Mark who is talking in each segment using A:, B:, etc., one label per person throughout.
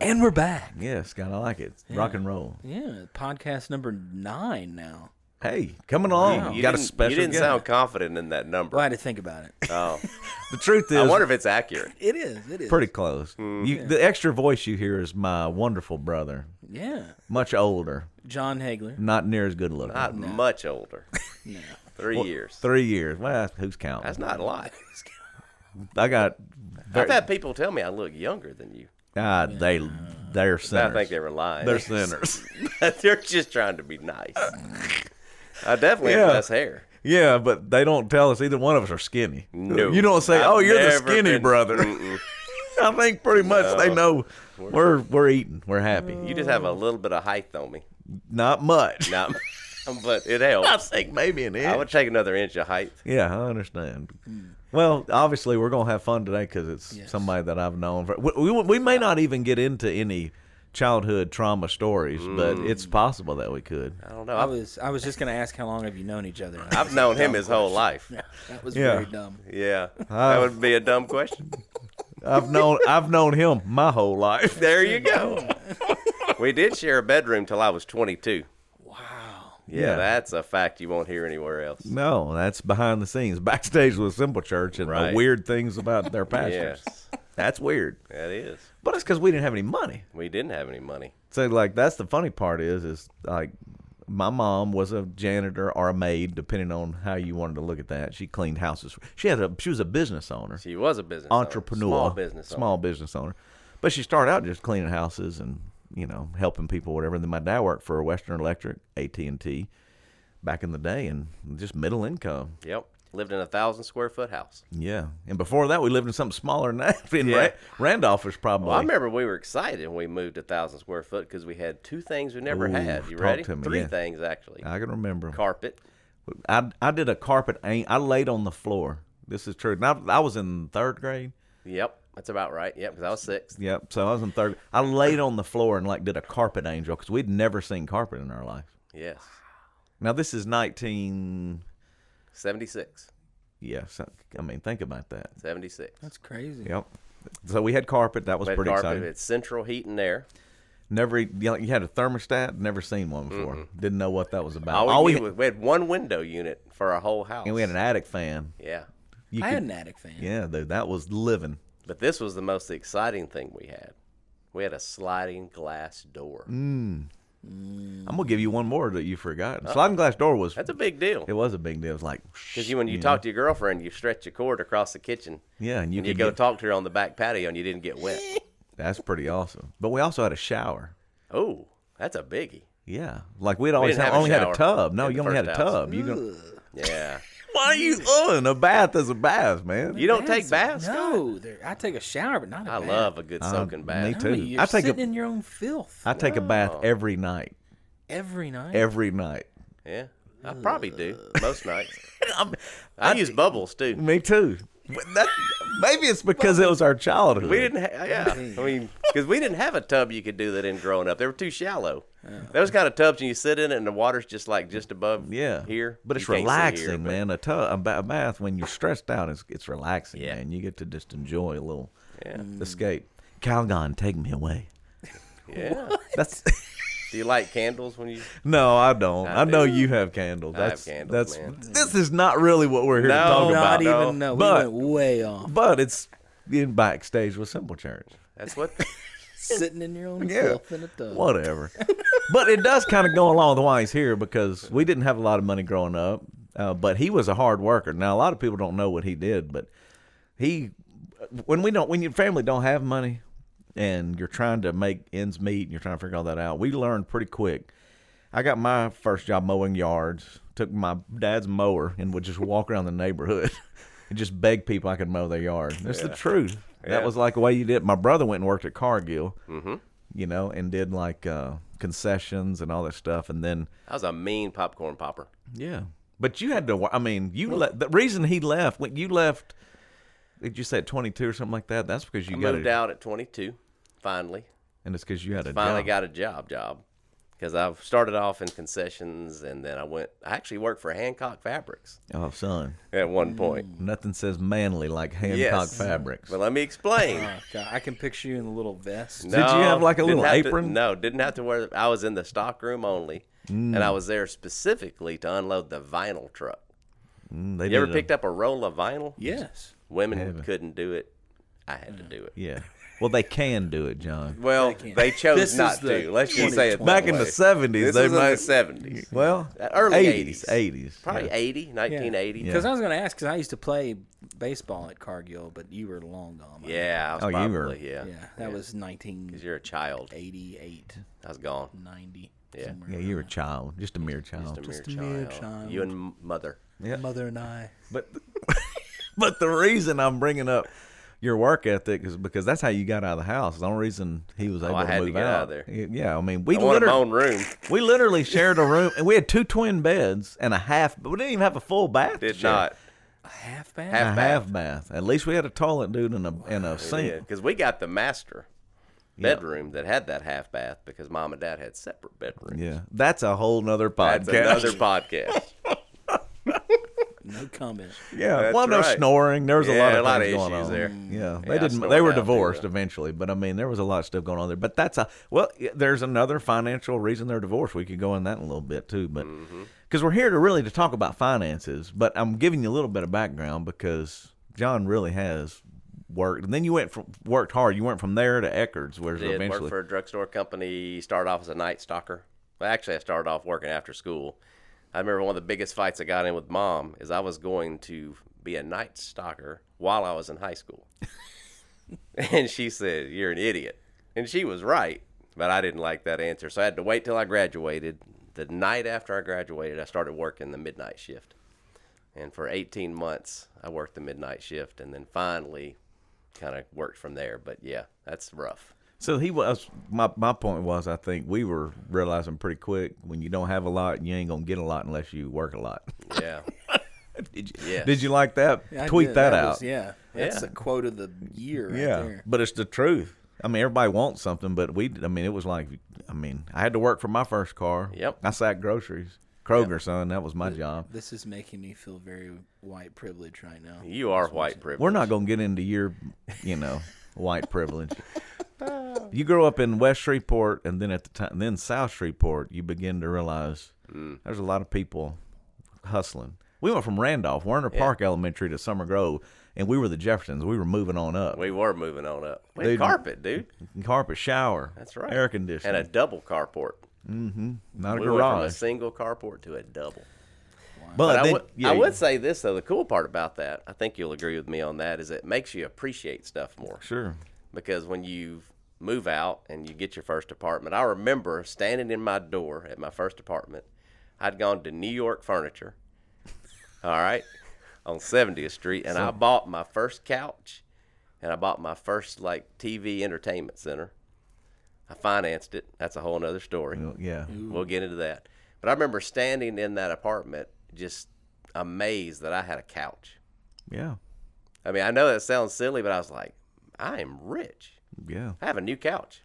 A: And we're back.
B: Yes, kind of like it. Rock and roll.
A: Yeah, podcast number nine now.
B: Hey, coming along.
A: Wow.
B: You
C: You
B: got a
C: didn't,
B: special
C: You didn't
B: guest.
C: sound confident in that number.
A: Well, I had to think about it.
C: Oh.
B: The truth is,
C: I wonder Mm. if it's accurate.
A: It is. It is.
B: pretty close. you, The extra voice you hear is my wonderful brother,
A: Yeah.
B: much older,
A: John Hagler.
B: not near as good looking.
C: Not much older.
A: No.
C: Three years.
B: Three years. Well, that's- who's counting?
C: That's not a lot.
B: I got.
C: I've had people tell me I look younger than you.
B: Ah, they they're sinners.
C: I think they were lying.
B: they're sinners.
C: They're just trying to be nice. I definitely
B: Yeah.
C: have less hair.
B: yeah, but they don't tell us either one of us are skinny.
C: No.
B: you don't say,
C: I've
B: "Oh, you're the
C: never
B: skinny
C: been-
B: brother."
C: Mm-mm.
B: I think pretty much they know we're we're eating, we're happy.
C: You just have a little bit of height on me.
B: Not much.
C: Not, but it
B: I
C: helps.
B: think maybe an inch.
C: I would take another inch of height.
B: Yeah, I understand.
C: Mm.
B: Well, obviously, we're gonna have fun today because it's
A: Yes.
B: somebody that I've known for. We, we, we may not even get into any childhood trauma stories, but
C: Mm.
B: it's possible that we could.
C: I don't know.
A: I
C: I've,
A: was I was just gonna ask how long have you known each other?
C: I've known him his whole life.
A: That was
B: Yeah.
A: very dumb.
C: Yeah, that
B: I've-
C: would be a dumb question.
B: I've known I've known him my whole life.
C: There you go. we did share a bedroom till I was 22.
A: Wow.
C: Yeah,
B: Yeah.
C: that's a fact you won't hear anywhere else.
B: No, that's behind the scenes, backstage with Simple Church, and the
C: Right.
B: weird things about their pastors.
C: Yes,
B: That's weird,
C: that is.
B: but it's because we didn't have any money.
C: We didn't have any money.
B: So, like, that's the funny part is, is like, my mom was a janitor or a maid, depending on how you wanted to look at that. She cleaned houses. She had a she was a business owner,
C: She was a business owner,
B: entrepreneur,
C: small business, owner.
B: small business owner. But she started out just cleaning houses and you know helping people, whatever. And then my dad worked for Western Electric, AT and T, back in the day, and just middle income.
C: Yep, lived in a thousand square foot house.
B: Yeah, and before that, we lived in something smaller than that. In
C: Yeah.
B: Ra- Randolph was probably.
C: Well, I remember we were excited when we moved to thousand square foot because we had two things we never
B: Ooh,
C: had. You
B: talk
C: ready?
B: to me,
C: Three
B: yeah. Uh.
C: things actually.
B: I can remember. 'em.
C: Carpet.
B: I I did a carpet. aim- I laid on the floor. This is true. And I, I was in third grade.
C: Yep, that's about right. Yep, because I was six.
B: Yep. So I was in third. I laid on the floor and like did a carpet angel because we'd never seen carpet in our life.
C: Yes,
B: Now this is nineteen.
C: seventy six.
B: Yeah. So, I mean, think about that.
C: Seventy six.
A: That's crazy.
B: Yep. So we had carpet. That was
C: Red
B: pretty
C: carpet.
B: exciting.
C: It's central heat and air.
B: Never. e, You, know, you had a thermostat. Never seen one before. Didn't know what that was about.
C: All we,
B: All we
C: knew was we had one window unit for our whole house.
B: and we had an attic fan.
C: yeah,
B: You
A: I
B: could-
A: had an attic fan.
B: yeah, dude, that was living.
C: but this was the most exciting thing we had. We had a sliding glass door.
B: Mm. I'm gonna give you one more that you forgot. Sliding glass door was
C: That's a big deal.
B: It was a big deal. It was like
C: Because you, when you talk to your girlfriend, you stretch a cord across the kitchen.
B: yeah, and you
C: and you
B: could
C: go
B: get-
C: talk to her on the back patio, and you didn't get wet.
B: that's pretty awesome. But we also had a shower.
C: Oh, that's a biggie.
B: Yeah, like we'd always
C: didn't
B: have,
C: have a
B: only had a
C: shower
B: tub. No,
C: in
B: you
C: the
B: only had a
C: first house.
B: tub. You go,
C: Yeah,
B: why are you ugh, a bath is a bath, man.
C: you don't
A: That's
C: take
A: a-
C: baths. Scott?
A: No, there- I take a shower, but not a
C: I
A: bath.
C: love a good soaking
B: Uh, me
C: bath.
B: too.
A: No,
B: Dude,
A: you're
B: I take a-
A: sitting in your own filth
B: I take a
C: Oh.
B: bath every night,
A: every night.
B: every night.
C: Yeah, I probably do most nights.
B: I'm-
C: I use bubbles too.
B: me too. But that, maybe it's because it was our childhood.
C: We didn't. Ha- yeah, I mean, because we didn't have a tub you could do that in growing up. They were too shallow. Those kind of tubs, and you sit in it, and the water's just like just above.
B: yeah,
C: here,
B: but it's
C: You can't see here,
B: relaxing,
C: but-
B: man. A tub, a, ba- a bath when you're stressed out, it's it's relaxing,
C: Yeah.
B: man. You get to just enjoy a little
C: Yeah.
B: escape. Calgon, take me away.
C: Yeah.
B: That's
C: Do you light candles when you?
B: no, I don't. I,
C: I
B: know
C: do.
B: you have candles.
C: I
B: That's
C: have
B: that's
C: candles, man.
B: this is not really what we're here to
C: No,
B: talk
A: Oh, not
B: about.
C: it.
A: even no.
C: no.
A: We
B: But-
A: went way off.
B: But it's in backstage with Simple Church.
C: That's what.
A: Sitting in your own
B: Yeah.
A: filth in a tub.
B: Whatever. but it does kind of go along with why he's here because we didn't have a lot of money growing up. Uh, but he was a hard worker. Now a lot of people don't know what he did, but he when we don't when your family don't have money and you're trying to make ends meet and you're trying to figure all that out, we learned pretty quick. I got my first job mowing yards, took my dad's mower and would just walk around the neighborhood and just beg people I could mow their yard. That's the truth. That
C: Yeah.
B: was like the way you did. it. My brother went and worked at Cargill, mm-hmm. you know, and did like uh, concessions and all that stuff. And then
C: I was a mean popcorn popper.
B: yeah, but you had to. wo- I mean, you le- the reason he left when you left. Did you say at 22 or something like that? That's because you
C: I
B: got
C: moved
B: a-
C: out at 22. Finally,
B: and it's because you had a
C: finally
B: job.
C: got a job. Job. because I've started off in concessions and then I went. I actually worked for Hancock Fabrics
B: Oh, son.
C: at one point.
B: Nothing says manly like Hancock
C: Yes.
B: fabrics.
C: But let me explain.
A: Oh, God, I can picture you in a little vest.
B: Did you have, like, a
C: didn't
B: little
C: have to-
B: apron? Hmm.
C: no, didn't have to wear. I was in the stock room only, and I was there specifically to unload the vinyl truck.
B: Mm, they
C: You ever
B: did a-
C: picked up a roll of vinyl?
A: Yes.
C: Women
B: Haven't.
C: couldn't do it. I had to do it.
B: Yeah. Well, they can do it, John.
C: Well, they,
A: can't. This
C: chose
A: is
C: not
A: the
C: to. Let's just say it that
A: 2020.
B: Back in
C: way.
B: the 70s,
C: This
B: they
C: was in
B: might-
C: the seventies.
B: Well,
C: Early
B: 80s.
C: 80s.
B: 80s.
C: Probably
B: yeah.
C: 80, 1980.
B: Yeah.
A: Because I was going to ask, because I used to play baseball at Cargill, but you were long gone. by then.
C: Yeah, I was
B: Oh, you
C: probably,
B: were-
C: yeah.
A: Yeah, that was
C: 'Cause you're a child.
A: 1988,
C: I was gone.
A: 90.
C: Yeah.
A: somewhere
B: Yeah,
A: around
B: you're a child, just a mere child.
C: Just a mere,
A: Just a mere
C: child.
A: child.
C: You and m- mother.
A: there. Mother and I.
B: But but the reason I'm bringing up your work ethic is because that's how you got out of the house. The only reason he was able
C: Oh, I had to
B: move
C: get out of
B: there. Yeah, I mean, we
C: I wanted my
B: literally
C: own room.
B: we literally shared a room, and we had two twin beds and a half. But we didn't even have a full bath. to
C: Did
B: share.
C: not.
A: A half bath?
B: a
C: Half-
B: half bath. At least we had a toilet, dude, and a and a sink.
C: Because we got the master bedroom that had that half bath because mom and dad had separate bedrooms.
B: Yeah, that's a whole nother podcast.
C: That's another podcast.
A: No comment.
B: yeah,
C: That's
B: well, no
C: right.
B: snoring. There was a
C: Yeah,
B: lot of
C: a lot of
B: things going
C: issues
B: on.
C: there.
B: Yeah,
C: Yeah,
B: they
C: I
B: didn't. They
C: snored
B: were
C: out, too,
B: divorced
C: though.
B: eventually, but I mean, there was a lot of stuff going on there. But that's a well. There's another financial reason they're divorced. We could go in that in a little bit too, but
C: Mm-hmm.
B: because we're here to really to talk about finances. But I'm giving you a little bit of background because John really has worked, and then you went from worked hard. You went from there to Eckerd's, where
C: did work
B: eventually
C: for a drugstore company. Started off as a night stalker. Well, actually, I started off working after school. I remember one of the biggest fights I got in with mom is I was going to be a night stalker while I was in high school, and she said, "You're an idiot," and she was right, but I didn't like that answer, so I had to wait till I graduated. The night after I graduated, I started working the midnight shift, and for 18 months, I worked the midnight shift, and then finally, kind of worked from there. But yeah, that's rough.
B: So he was my my point was I think we were realizing pretty quick when you don't have a lot you ain't gonna get a lot unless you work a lot.
C: Yeah.
B: did you
C: Yes.
B: did you like that?
A: Yeah, I
B: Tweet
A: did.
B: that, out.
A: was- yeah. That's
C: Yeah.
A: the quote of the year right
B: Yeah,
A: there.
B: but it's the truth. I mean, everybody wants something, but we I mean it was like I mean I had to work for my first car.
C: Yep.
B: I sacked groceries. Kroger son, that was my job.
A: This is making me feel very white privileged right now.
C: You are white privilege.
B: We're not gonna get into your you know white privilege. You grow up in West Shreveport, and then at the time, then South Shreveport, you begin to realize
A: Mm.
B: there's a lot of people hustling. We went from Randolph, Werner Park Elementary to Summer Grove, and we were the Jeffersons. We were moving on up.
C: We were moving on up. We
B: Dude.
C: had carpet, dude.
B: Carpet shower.
C: That's right.
B: Air
C: And
B: conditioning.
C: a double carport.
B: not a
C: We went from a
B: garage.
C: single carport to a double.
B: but
C: But I
B: then,
C: would-
B: yeah,
C: I would say this though. The cool part about that, I think you'll agree with me on that, is it makes you appreciate stuff more.
B: sure.
C: Because when you move out and you get your first apartment, I remember standing in my door at my first apartment. I'd gone to New York Furniture, all right, on 70th Street, and I bought my first couch and I bought my first like TV entertainment center. I financed it. That's a whole nother story.
B: Well, Yeah.
C: We'll get into that. But I remember standing in that apartment just amazed that I had a couch.
B: Yeah.
C: I mean, I know that sounds silly, but I was like, I am rich.
B: Yeah.
C: I have a new couch.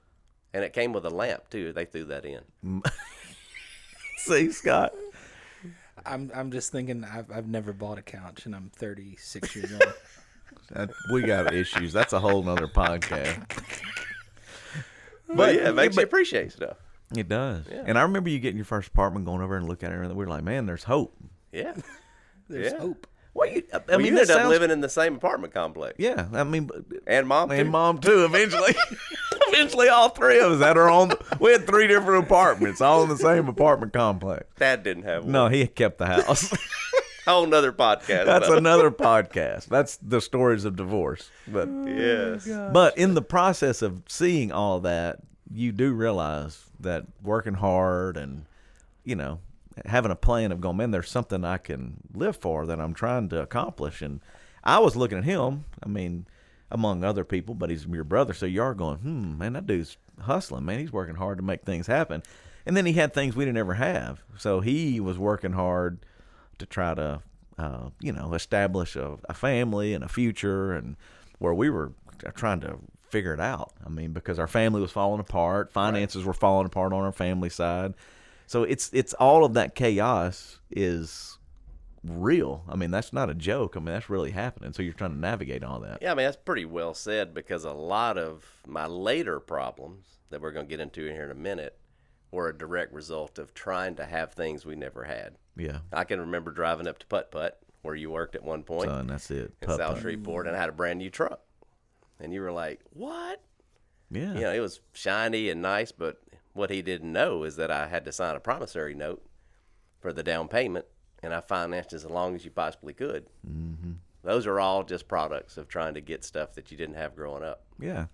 C: And it came with a lamp too. They threw that in.
B: See, Scott.
A: I'm I'm just thinking I've I've never bought a couch and I'm 36 years old.
B: That, we got issues. That's a whole nother podcast.
C: But yeah, it makes you appreciate stuff.
B: It does. And I remember you getting your first apartment, going over and looking at it, and we were like, "Man, there's hope."
C: Yeah.
A: There's
C: Yeah.
A: hope.
B: Well, you, I
C: I mean, you
B: that
C: ended up
B: sounds-
C: living in the same apartment complex.
B: Yeah, I mean, b-
C: And mom,
B: and
C: too.
B: mom too. Eventually, eventually, all three of us had our own. We had three different apartments, all in the same apartment complex.
C: dad didn't have one.
B: No, he kept the house.
C: Whole nother podcast.
B: That's
C: about-
B: another podcast. That's the stories of divorce. But Oh
C: yes.
B: But in the process of seeing all that, you do realize that working hard and, you know, having a plan of going, man, there's something I can live for that I'm trying to accomplish. And I was looking at him, I mean, among other people, but he's your brother. So you are going, hmm, man, that dude's hustling, man. He's working hard to make things happen. And then he had things we didn't ever have. So he was working hard to try to, uh, you know, establish a, a family and a future, and where we were trying to figure it out. I mean, because our family was falling apart, finances were falling apart on our family side. So it's it's all of that chaos is real. I mean, that's not a joke. I mean, that's really happening. So you're trying to navigate all that.
C: Yeah, I mean that's pretty well said because a lot of my later problems that we're going to get into here in a minute were a direct result of trying to have things we never had.
B: Yeah.
C: I can remember driving up to Putt Putt where you worked at one point
B: Son, that's it.
C: in
B: Putt-putt.
C: South Shreveport, and I had a brand new truck, and you were like, "What?"
B: Yeah.
C: You know, it was shiny and nice, but what he didn't know is that I had to sign a promissory note for the down payment, and I financed as long as you possibly could. Mm-hmm. Those are all just products of trying to get stuff that you didn't have growing up.
B: Yeah,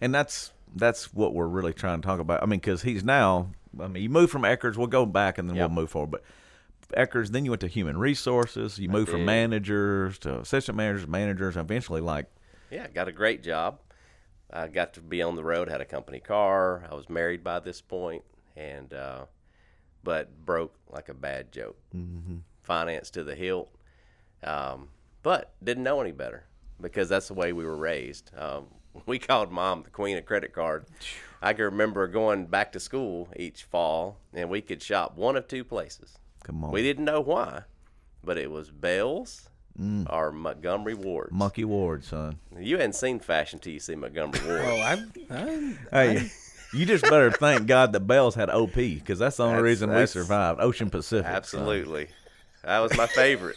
B: and that's that's what we're really trying to talk about. I mean, because he's now. I mean, you move from Eckers. We'll go back and then
C: Yep.
B: we'll move forward. But Eckers, then you went to human resources. You moved from
C: did.
B: managers to assistant managers, managers, and eventually like
C: Yeah, got a great job. I got to be on the road, had a company car. I was married by this point, and uh, but broke like a bad joke. Mm-hmm. Finance to the hilt, um, but didn't know any better because that's the way we were raised. Um, we called mom the queen of credit card. I can remember going back to school each fall, and we could shop one of two places.
B: come on,
C: We didn't know why, but it was Bell's or Montgomery Ward's.
B: Monkey Ward, son.
C: You hadn't seen fashion till you see Montgomery Ward.
A: Oh, I'm, I'm
B: Hey. You just better thank God that Bells had OP because that's the only
C: That's-
B: reason we
C: that's-
B: survived. Ocean Pacific. son.
C: Absolutely. That was my favorite.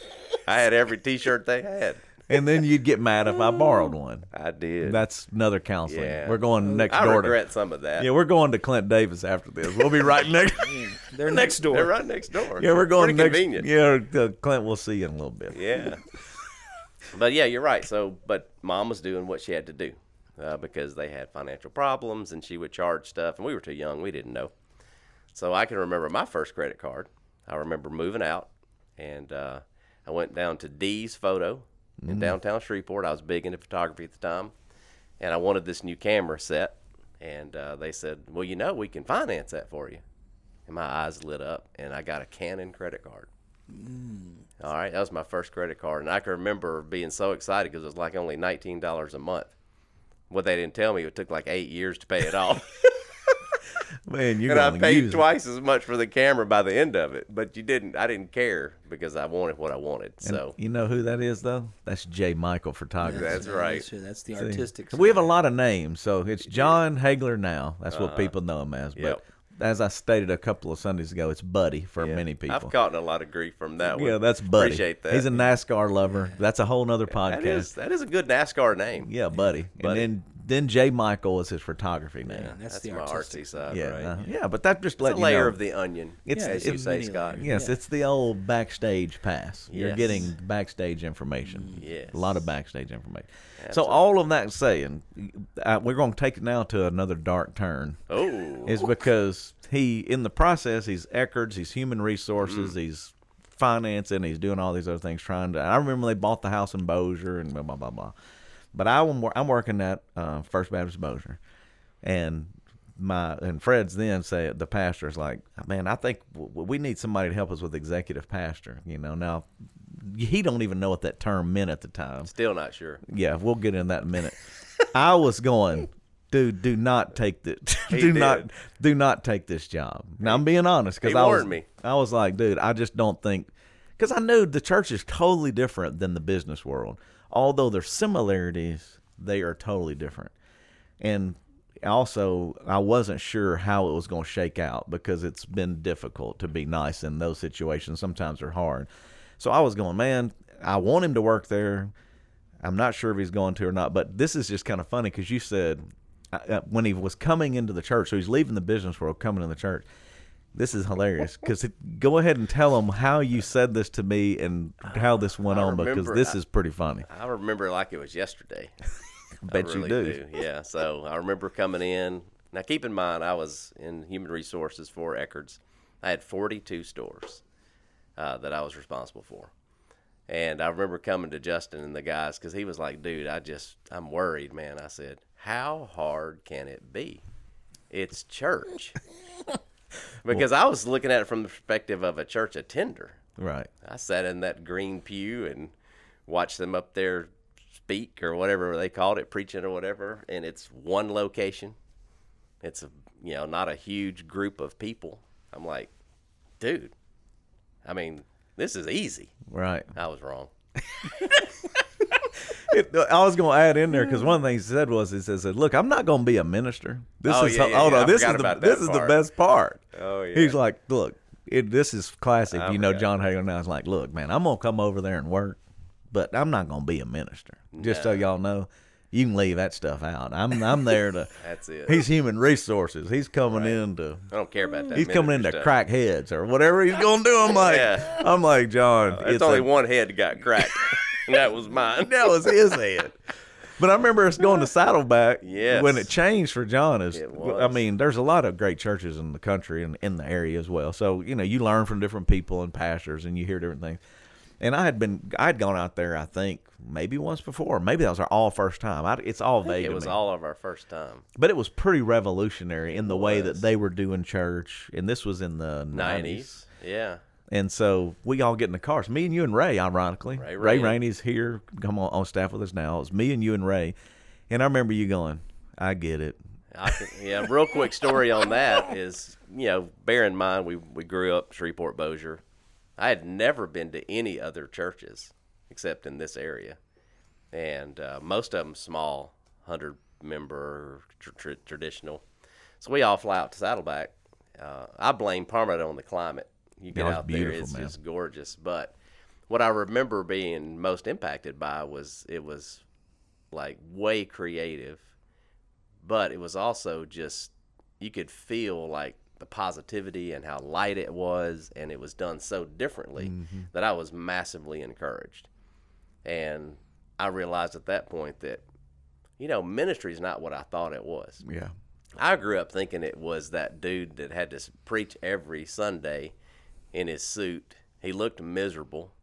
C: I had every t shirt they had.
B: And then you'd get mad if I borrowed one.
C: I did.
B: That's another counseling.
C: Yeah.
B: We're going next
C: I
B: door
C: regret some of that. Mm.
B: to. Yeah, we're going to Clint Davis after this. We'll be right next.
A: they're next door.
C: They're right next door.
B: Yeah, we're going
C: Pretty
B: next.
C: convenient.
B: Yeah, uh, Clint, we'll see you in a little bit.
C: Yeah. but yeah, you're right. So, but mom was doing what she had to do uh, because they had financial problems and she would charge stuff. And we were too young, we didn't know. So I can remember my first credit card. I remember moving out and uh, I went down to D's Photo in downtown Shreveport. I was big into photography at the time and I wanted this new camera set. And uh, they said, Well, you know, we can finance that for you. And my eyes lit up and I got a Canon credit card. All right, that was my first credit card, and I can remember being so excited because it was like only nineteen dollars a month. What they didn't tell me, it took like eight years to pay it off,
B: Man, you're
C: and I
B: going to
C: paid
B: use it.
C: twice as much for the camera by the end of it. But you didn't. I didn't care because I wanted what I wanted.
B: And
C: So
B: You know who that is, though? That's J. Michael Photography.
C: That's right.
A: That's, that's the artistic.
B: we have a lot of names, so it's John Hagler now. That's what people know him as.
C: Uh-huh. Yep.
B: But as I stated a couple of Sundays ago, it's Buddy for many people.
C: I've gotten a lot of grief from that one.
B: yeah, that's Buddy.
C: Appreciate that.
B: He's a NASCAR lover. That's a whole nother podcast.
C: that is that is a good NASCAR name.
B: Yeah, Buddy.
C: Buddy.
B: And then then J. Michael is his photography name.
A: side. that's,
C: That's
A: the
C: my
A: artistic.
C: artsy side,
B: yeah,
C: right?
B: uh, yeah, but that just
C: It's a
B: lets you
C: layer
B: know.
C: of the onion.
B: It's-
C: as
A: it's
C: you say,
A: many
C: Scott.
A: layers.
B: Yes,
A: Yeah.
B: it's the old backstage pass. You're
C: Yes.
B: getting backstage information.
C: yes.
B: A lot of backstage information. So all of that saying, uh, we're going to take it now to another dark turn.
C: Oh,
B: Is because he in the process he's Eckerd's, he's human resources, he's finance, and he's doing all these other things trying to. I remember they bought the house in Bossier and blah blah blah blah. But I, am I'm working at uh, First Baptist Bossier, and my and Fred's then said the pastor's like, man, I think w- we need somebody to help us with executive pastor. You know now. He don't even know what that term meant at the time
C: still not sure.
B: yeah, we'll get in that in a minute. I was going, dude, do not take the, do
C: He
B: not,
C: did.
B: do not take this job. Now I'm being honest because
C: he
B: I was,
C: warned me.
B: I was like, dude, I just don't think, because I knew the church is totally different than the business world. Although there's similarities, they are totally different. And also, I wasn't sure how it was going to shake out because it's been difficult to be nice in those situations. Sometimes they're hard. So I was going, man, I want him to work there. I'm not sure if he's going to or not, but this is just kind of funny because you said uh, uh, when he was coming into the church, so he's leaving the business world, coming in the church. This is hilarious because go ahead and tell him how you said this to me and how this went
C: I
B: on because
C: remember
B: this
C: I-
B: is pretty funny.
C: I remember it like it was yesterday.
B: I bet
C: I
B: you
C: really
B: do.
C: Yeah. So I remember coming in. Now keep in mind, I was in human resources for Eckerd's. I had 42 stores uh, that I was responsible for, and I remember coming to Justin and the guys because he was like, "Dude, I just I'm worried, man." I said, "How hard can it be? It's church." Because I was looking at it from the perspective of a church attender.
B: Right.
C: I sat in that green pew and watched them up there speak or whatever they called it, preaching or whatever, and it's one location. It's a you know not a huge group of people. I'm like, dude, I mean this is easy.
B: Right.
C: I was wrong.
B: It- uh, I was going to add in there because one of the things he said was he says, "Look, I'm not going to be a minister. This
C: Oh,
B: is
C: yeah, yeah,
B: hold
C: yeah.
B: on,
C: I
B: this
C: forgot
B: is the
C: about that
B: this is the
C: part.
B: best part."
C: Oh, yeah. Oh,
B: He's like, "Look, it, this is classic."
C: I
B: you know,
C: forgot.
B: John Hagel now is like, "Look, man, I'm going to come over there and work, but I'm not going to be a minister. Just so
C: No.
B: y'all know, you can leave that stuff out. I'm I'm there to.
C: That's it.
B: He's human resources. He's coming in to."
C: I don't care about that.
B: He's coming in to
C: minister stuff.
B: crack heads or whatever he's gonna do. I'm like,
C: Yeah.
B: I'm like John.
C: It's,
B: a
C: only one head got cracked. and that was mine.
B: that was his head. But I remember us going to Saddleback
C: Yes.
B: when it changed for John. Is
C: It
B: I
C: was.
B: mean, there's a lot of great churches in the country and in the area as well. So you know, you learn from different people and pastors, and you hear different things. And I had been, I had gone out there, I think maybe once before, maybe that was our all first time. I, it's all vague.
C: It
B: to
C: was
B: me.
C: all of our first time.
B: but it was pretty revolutionary in the way that
C: was.
B: they were doing church. And this was in the 90s.
C: Nineties. Yeah.
B: And so we all get in the cars. Me and you and Ray, ironically.
C: Ray
B: Ray
C: Rainey.
B: Rainey's here, come on, on staff with us now. It's me and you and Ray. And I remember you going, I get it.
C: I can, yeah, real quick story on that is, you know, bear in mind we, we grew up Shreveport Bossier. I had never been to any other churches except in this area, and uh, most of them small, hundred member tr- tr- traditional. So we all fly out to Saddleback. Uh, I blame Parma on the climate. You get
B: Yeah, it's
C: out there,
B: beautiful,
C: it's
B: man.
C: just gorgeous. But what I remember being most impacted by was it was like way creative but it was also just you could feel like the positivity and how light it was and it was done so differently
B: Mm-hmm.
C: that I was massively encouraged. And I realized at that point that you know, ministry is not what I thought it was.
B: Yeah.
C: I grew up thinking it was that dude that had to s- preach every Sunday in his suit. He looked miserable.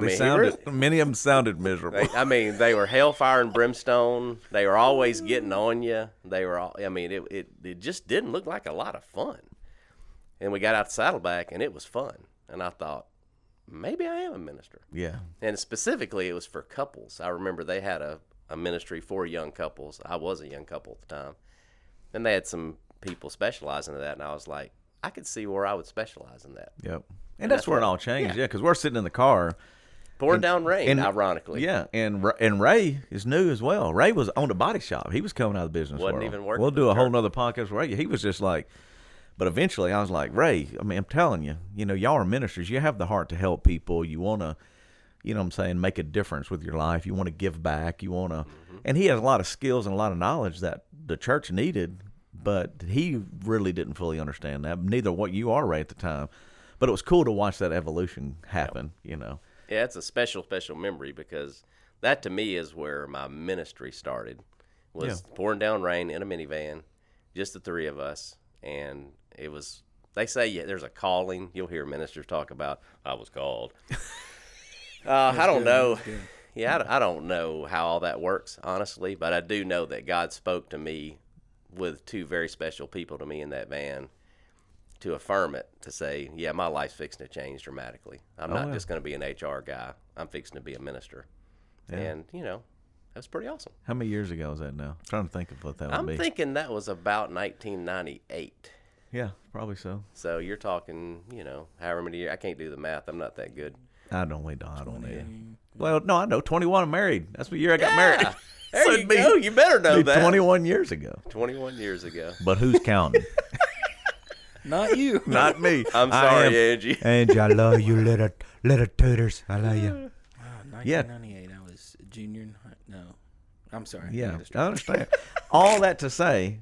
B: they
C: mean, he
B: sounded,
C: really-
B: many of them sounded miserable.
C: they, I mean, they were hellfire and brimstone. They were always getting on you. They were all. I mean, it, it it just didn't look like a lot of fun. And we got out to Saddleback, and it was fun. And I thought, maybe I am a minister.
B: yeah.
C: And specifically, it was for couples. I remember they had a, a ministry for young couples. I was a young couple at the time. And they had some people specializing in that. And I was like, I could see where I would specialize in that.
B: Yep. And that's, where it all changed. Yeah. Because we're sitting in the car.
C: Born down rain,
B: and-
C: ironically.
B: Yeah. And Ra- and Ray is new as well. Ray was owned a body shop. He was coming out of the business
C: Wasn't
B: world.
C: even working
B: We'll do
C: for
B: a whole
C: church.
B: nother podcast with Ray. He was just like, But eventually, I was like, Ray, I mean, I'm telling you, you know, y'all are ministers. You have the heart to help people. You want to, you know what I'm saying, make a difference with your life. You want to give back. You want to.
C: Mm-hmm.
B: And he has a lot of skills and a lot of knowledge that the church needed, but he really didn't fully understand that. Neither what you are, Ray, at the time. But it was cool to watch that evolution happen, you know.
C: Yeah, it's a special, special memory because that to me is where my ministry started. Was pouring down rain in a minivan, just the three of us, and it was. They say yeah, there's a calling. You'll hear ministers talk about I was called. uh, I don't know. Yeah, I d- I, don't know how all that works honestly, but I do know that God spoke to me with two very special people to me in that van to affirm it to say, yeah, my life's fixing to change dramatically. I'm not
B: yeah.
C: just going to be an HR guy. I'm fixing to be a minister. And, you know, that's pretty awesome.
B: How many years ago is that now? I'm trying to think of what that would
C: I'm
B: be.
C: thinking that was about 1998.
B: yeah, probably so.
C: So you're talking, you know, however many years. I can't do the math. I'm not that good.
B: I don't. We don't. I don't know. Well, no, I know. Twenty-one. I'm married. That's the year I got married.
C: There
B: So
C: you
B: it'd be-
C: go. You better know
B: Dude,
C: that.
B: Twenty-one years ago.
C: 21 years ago.
B: But who's counting?
A: Not you.
B: Not me.
C: I'm
B: I
C: sorry,
B: am-
C: Angie.
D: Angie, I love you, little little tooters. I love you.
A: Wow,
B: Yeah.
A: 1998. I was junior in high. No, I'm sorry.
B: Yeah,
A: Mr.
B: I understand. All that to say,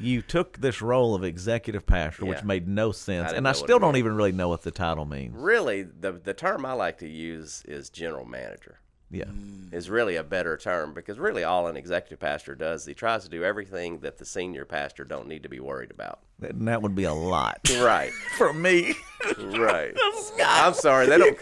B: you took this role of executive pastor, which
C: Yeah.
B: made no sense,
C: didn't
B: and I
C: know what it
B: still don't even really know what the title means.
C: Really, the, the term I like to use is general manager.
B: Yeah,
C: is really a better term because really all an executive pastor does he tries to do everything that the senior pastor don't need to be worried about
B: and that would be a lot
C: right
B: for me.
C: right i'm sorry they don't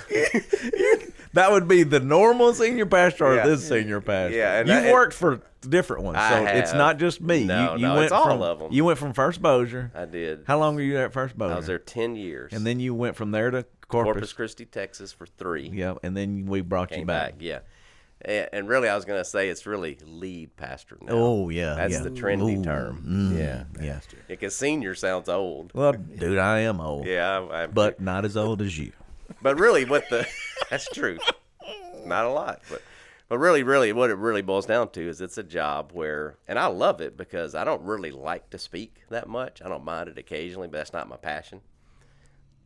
B: That would be the normal senior pastor or
C: Yeah.
B: this senior pastor.
C: Yeah, and
B: you've
C: I-
B: worked for different ones,
C: I
B: so it's
C: have.
B: not just me.
C: No,
B: you, you
C: no,
B: went
C: it's all
B: from,
C: of 'em.
B: You went from First Bossier.
C: i did
B: How long were you at First Bossier?
C: i was there 10 years
B: and then you went from there to Corpus.
C: corpus christi texas for three
B: Yeah, and then we brought you
C: came
B: back.
C: back. yeah And, and really, I was going to say it's really lead pastor now.
B: Oh yeah,
C: That's
B: yeah.
C: the trendy
B: Ooh,
C: term.
B: mm,
C: Yeah.
B: yeah.
C: Because senior sounds old.
B: Well, dude, I am old,
C: Yeah, I, I,
B: but not as old as you.
C: but really, what the that's true. Not a lot, but but really, really, what it really boils down to is it's a job where, and I love it because I don't really like to speak that much. I don't mind it occasionally, but that's not my passion.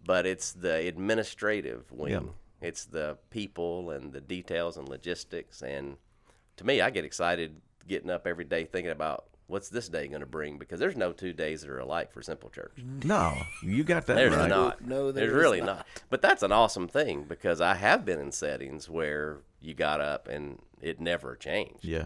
C: But it's the administrative wing. It's the people and the details and logistics. And to me, I get excited getting up every day thinking about what's this day going to bring because there's no two days that are alike for Simple Church.
B: No, you got that
C: There's
B: right.
C: not.
A: No, there
C: there's
A: is
C: really
A: not.
C: not. But that's an awesome thing because I have been in settings where you got up and it never changed.
B: Yeah.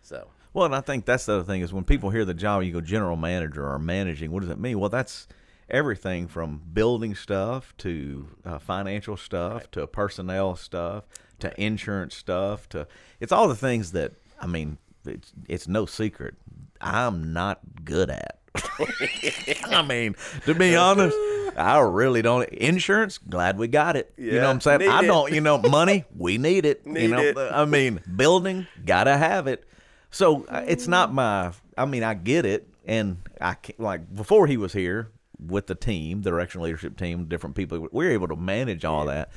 C: So
B: Well, and I think that's the other thing is when people hear the job, you go general manager or managing. What does it mean? Well, that's everything from building stuff to uh, financial stuff to personnel stuff to insurance stuff to it's all the things that I mean. It's it's no secret. I'm not good at. I mean, to be honest, I really don't. Insurance, glad we got it. you know
C: Yeah,
B: what I'm saying?
C: need
B: I
C: it.
B: don't. You know, money, we need it. you
C: Need
B: know,
C: it.
B: I mean, building, gotta have it. So uh, it's not my. I mean, I get it, and I can like before he was here with the team, the directional leadership team, different people. We we're able to manage all that,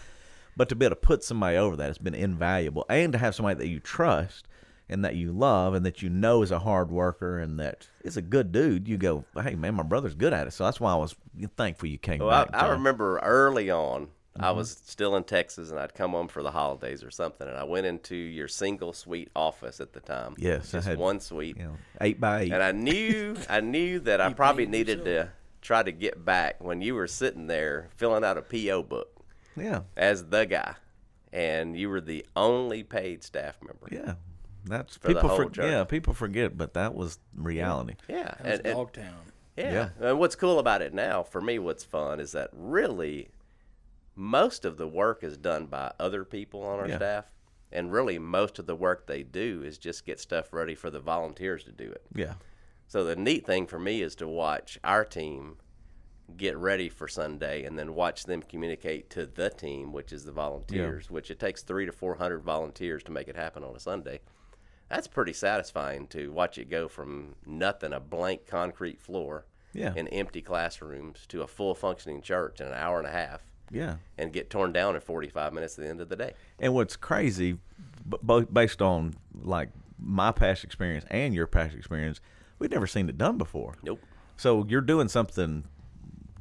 B: but to be able to put somebody over that has been invaluable, and to have somebody that you trust and that you love and that you know is a hard worker and that is a good dude. You go, hey man, my brother's good at it, so that's why I was thankful you came
C: well,
B: back.
C: I, I
B: John."
C: remember early on, I
B: Mm-hmm.
C: was still in Texas and I'd come home for the holidays or something, and I went into your single suite office at the time.
B: Yes, I
C: just
B: had-
C: one suite.
B: you know, eight by eight.
C: And I knew, I knew that I probably needed to try to get back when you were sitting there filling out a PO book.
B: yeah,
C: as the guy, and you were the only paid staff member.
B: yeah. That's
C: the
B: people
C: whole
B: for,
C: church.
B: yeah people forget, but that was reality.
C: yeah,
A: That was
C: and, and-
A: Dogtown.
C: yeah. And what's cool about it now, for me, what's fun is that really most of the work is done by other people on our
B: Yeah.
C: staff, and really most of the work they do is just get stuff ready for the volunteers to do it.
B: Yeah.
C: So the neat thing for me is to watch our team get ready for Sunday and then watch them communicate to the team, which is the volunteers, which it takes three to four hundred volunteers to make it happen on a Sunday. That's pretty satisfying to watch it go from nothing, a blank concrete floor
B: Yeah.
C: and empty classrooms to a full functioning church in an hour and a half
B: Yeah.
C: and get torn down in 45 minutes at the end of the day.
B: And what's crazy, b- both based on like my past experience and your past experience, we'd never seen it done before.
C: Nope.
B: So you're doing something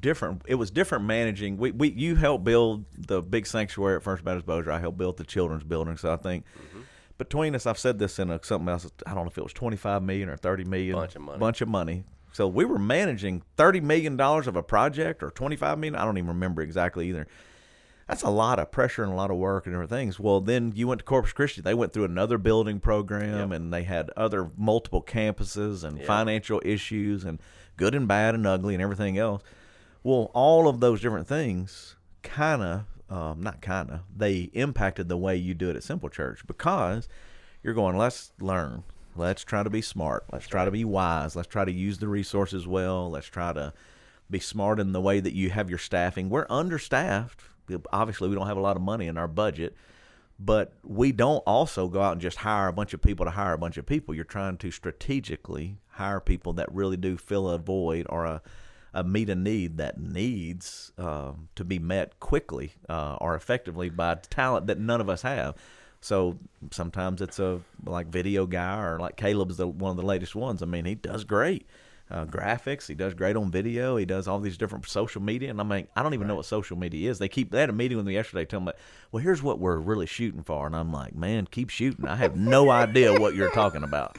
B: different. It was different managing. We, we you helped build the big sanctuary at First Baptist Bossier. I helped build the children's building. So I think
C: Mm-hmm.
B: between us, I've said this in a, something else. I don't know if it was 25 million or 30 million.
C: Bunch of money.
B: Bunch of money. So we were managing 30 million dollars of a project or 25 million. I don't even remember exactly either that's a lot of pressure and a lot of work and different things. Well, then you went to Corpus Christi. They went through another building program and they had other multiple campuses and financial issues and good and bad and ugly and everything else. Well, all of those different things kind of, um, not kind of, they impacted the way you do it at Simple Church because you're going, let's learn. Let's try to be smart. Let's try to be wise. Let's try to use the resources well. Let's try to be smart in the way that you have your staffing. We're understaffed. Obviously, we don't have a lot of money in our budget, but we don't also go out and just hire a bunch of people to hire a bunch of people. You're trying to strategically hire people that really do fill a void or a, a meet a need that needs um, to be met quickly uh, or effectively by talent that none of us have. So sometimes it's a like video guy or like Caleb's the one of the latest ones. I mean, he does great uh, graphics. He does great on video. He does all these different social media. And I mean, I don't even know what social media is. They keep they had a meeting with me yesterday, telling me, "Well, here's what we're really shooting for." And I'm like, "Man, keep shooting. I have no idea what you're talking about."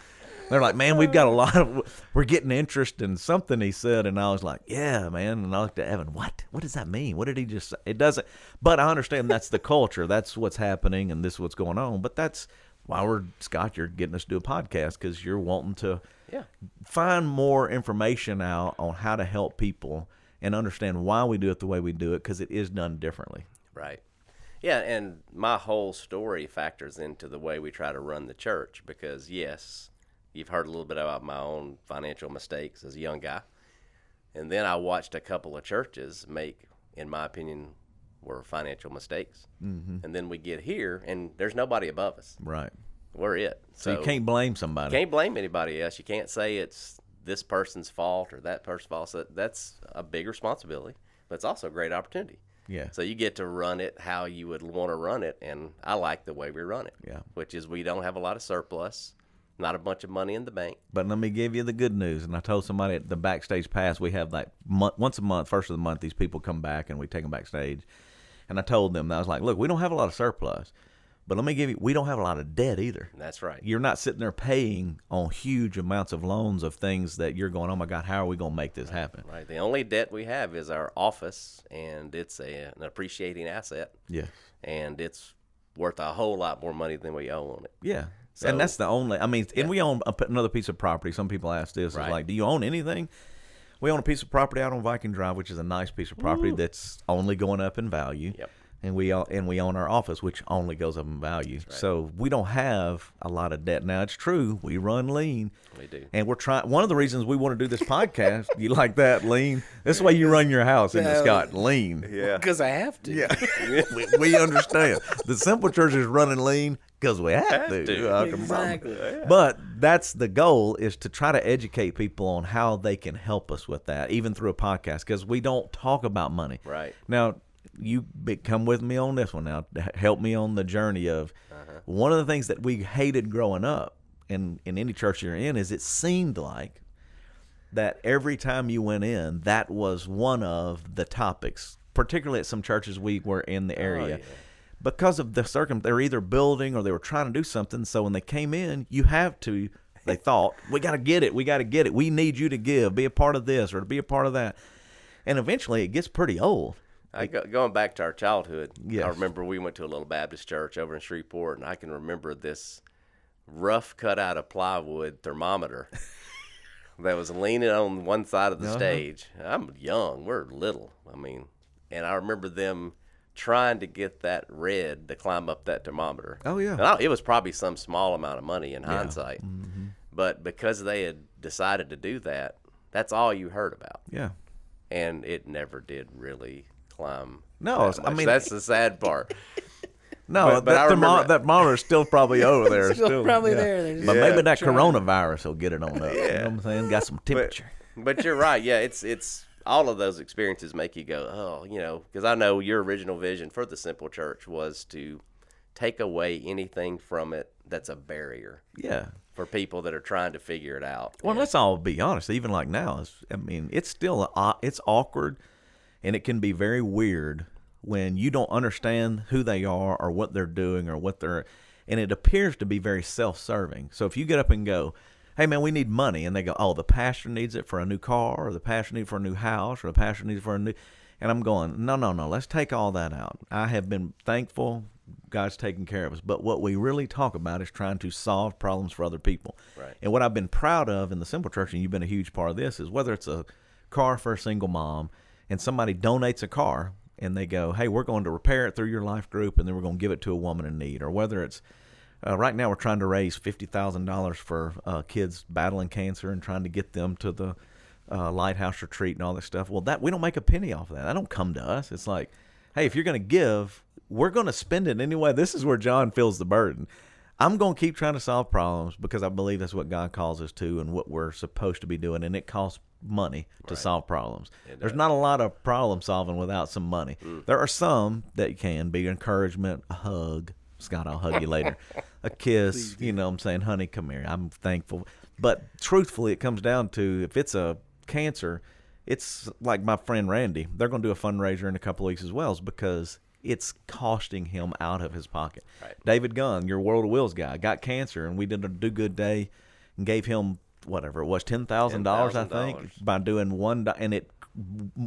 B: They're like, "Man, we've got a lot of we're getting interest in something." He said, and I was like, "Yeah, man." And I looked at Evan. What? What does that mean? What did he just? say? It doesn't. But I understand that's the culture. That's what's happening, and this is what's going on. But that's. Why we're Scott, you're getting us to do a podcast because you're wanting to
C: Yeah.
B: find more information out on how to help people and understand why we do it the way we do it because it is done differently.
C: Right. Yeah, and my whole story factors into the way we try to run the church because yes, you've heard a little bit about my own financial mistakes as a young guy. And then I watched a couple of churches make, in my opinion, were financial mistakes. Mm-hmm. And then we get here, and there's nobody above us.
B: Right.
C: We're it.
B: So, you can't blame somebody.
C: can't blame anybody else. You can't say it's this person's fault or that person's fault. So that's a big responsibility, but it's also a great opportunity.
B: Yeah.
C: So you get to run it how you would want to run it, and I like the way we run it.
B: Yeah.
C: Which is we don't have a lot of surplus, not a bunch of money in the bank.
B: But let me give you the good news. And I told somebody at the backstage pass, we have like month, once a month, first of the month, these people come back and we take them backstage. And I told them, I was like, look, we don't have a lot of surplus, but let me give you, we don't have a lot of debt either.
C: That's right.
B: You're not sitting there paying on huge amounts of loans of things that you're going, oh my God, how are we going to make this happen?
C: Right. The only debt we have is our office, and it's a, an appreciating asset,
B: Yeah.
C: and it's worth a whole lot more money than we owe on it.
B: Yeah.
C: So-
B: and that's the only, I mean, and we own a, another piece of property. Some people ask this, is
C: Right.
B: like, do you own anything? We own a piece of property out on Viking Drive, which is a nice piece of property that's only going up in value.
C: Yep.
B: And we all, and we own our office, which only goes up in value. So we don't have a lot of debt. Now it's true, we run lean.
C: We do.
B: And we're trying. One of the reasons we want to do this podcast, you like that lean? That's the way you run your house, and
A: Yeah.
B: it's got lean.
C: Yeah.
A: Because I have to.
B: Yeah, we, we understand. The simple church is running lean because we have, to.
C: to.
B: I can promise.
A: Exactly.
B: But that's the goal is to try to educate people on how they can help us with that, even through a podcast, because we don't talk about money.
C: Right.
B: Now, you be- come with me on this one now. H- Help me on the journey of one of the things that we hated growing up and in any church you're in is it seemed like that every time you went in, that was one of the topics, particularly at some churches we were in
C: Oh,
B: the area. Because of the circum, they were either building or they were trying to do something. So when they came in, you have to, they thought, we got to get it. We got to get it. We need you to give, be a part of this or to be a part of that. And eventually it gets pretty old.
C: I go, going back to our childhood, I
B: Yes.
C: remember we went to a little Baptist church over in Shreveport, and I can remember this rough cut out of plywood thermometer that was leaning on one side of the
B: Uh-huh.
C: stage. I'm young, we're little, I mean, and I remember them trying to get that red to climb up that thermometer.
B: Oh, yeah.
C: And I, it was probably some small amount of money in hindsight,
B: Mm-hmm.
C: but because they had decided to do that, that's all you heard about
B: Yeah.
C: and it never did really climb.
B: No,
C: that
B: it's- I
C: much.
B: mean-
C: that's the sad part.
B: No,
C: But- but I
B: that, thermo-
C: remember-
B: that monitor's still probably over there.
A: Still probably
B: yeah.
A: there. They're just
B: But maybe that
A: trying.
B: coronavirus will get it on up. You know what I'm saying? Got some
C: But,
B: temperature.
C: but you're right. Yeah, it's it's all of those experiences make you go, oh, you know, because I know your original vision for the simple church was to take away anything from it that's a barrier
B: yeah.
C: for people that are trying to figure it out.
B: Well, let's all be honest. Even like now, it's, I mean, it's still uh, it's awkward, and it can be very weird when you don't understand who they are or what they're doing or what they're, and it appears to be very self-serving. So if you get up and go, "Hey, man, we need money," and they go, "Oh, the pastor needs it for a new car, or the pastor needs it for a new house, or the pastor needs it for a new," and I'm going, "No, no, no. Let's take all that out. I have been thankful." God's taking care of us. But what we really talk about is trying to solve problems for other people.
C: Right.
B: And what I've been proud of in the simple church, and you've been a huge part of this, is whether it's a car for a single mom and somebody donates a car and they go, hey, we're going to repair it through your life group and then we're going to give it to a woman in need, or whether it's uh, right now we're trying to raise $50,000 for uh, kids battling cancer and trying to get them to the uh, lighthouse retreat and all that stuff. Well, that we don't make a penny off of that. That don't come to us. It's like, hey, if you're going to give, we're going to spend it anyway. This is where John feels the burden. I'm going to keep trying to solve problems because I believe that's what God calls us to and what we're supposed to be doing. And it costs money to solve problems. There's not a lot of problem solving without some money. There are some that can be encouragement, a hug. Scott, I'll hug you later. A kiss, you know what I'm saying? Honey, come here. I'm thankful. But truthfully, it comes down to if it's a cancer, it's like my friend Randy. They're going to do a fundraiser in a couple of weeks as well because it's costing him out of his pocket.
C: Right.
B: David Gunn, your World of Wills guy, got cancer, and we did a do good day and gave him whatever it was ten thousand dollars, I think,
C: $10,000.
B: by doing one. di- And it,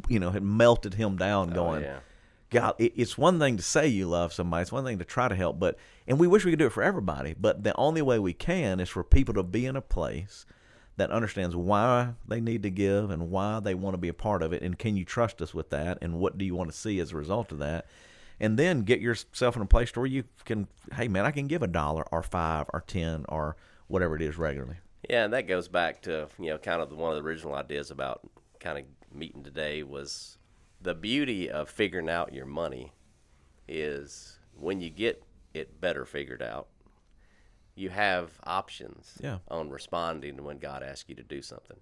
B: you know, it melted him down. Going,
C: yeah.
B: God, it, it's one thing to say you love somebody. It's one thing to try to help, but and we wish we could do it for everybody. But the only way we can is for people to be in a place that understands why they need to give and why they want to be a part of it. And can you trust us with that? And what do you want to see as a result of that? And then get yourself in a place to where you can, hey man, I can give a dollar or five or ten or whatever it is regularly.
C: Yeah, and that goes back to you know kind of the, one of the original ideas about kind of meeting today was the beauty of figuring out your money is when you get it better figured out, you have options
B: Yeah.
C: on responding to when God asks you to do something.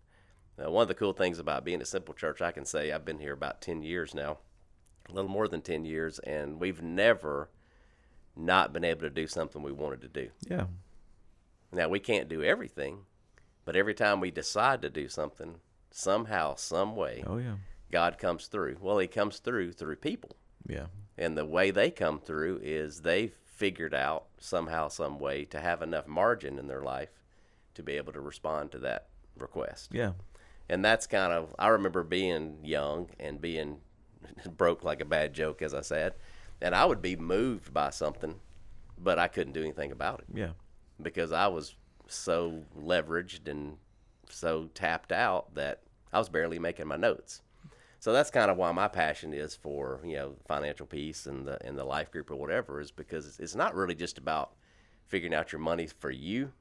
C: Now, one of the cool things about being at Simple Church, I can say I've been here about 10 years now, a little more than 10 years, and we've never not been able to do something we wanted to do.
B: Yeah.
C: Now, we can't do everything, but every time we decide to do something, somehow, some way,
B: Oh yeah.
C: God comes through. Well, He comes through through people.
B: Yeah.
C: And the way they come through is they've figured out somehow, some way to have enough margin in their life to be able to respond to that request.
B: Yeah.
C: And that's kind of, I remember being young and being broke like a bad joke, as I said. And I would be moved by something, but I couldn't do anything about it
B: Yeah.
C: because I was so leveraged and so tapped out that I was barely making my notes. So that's kind of why my passion is for you know financial peace and the and the life group or whatever is because it's- it's not really just about figuring out your money for you.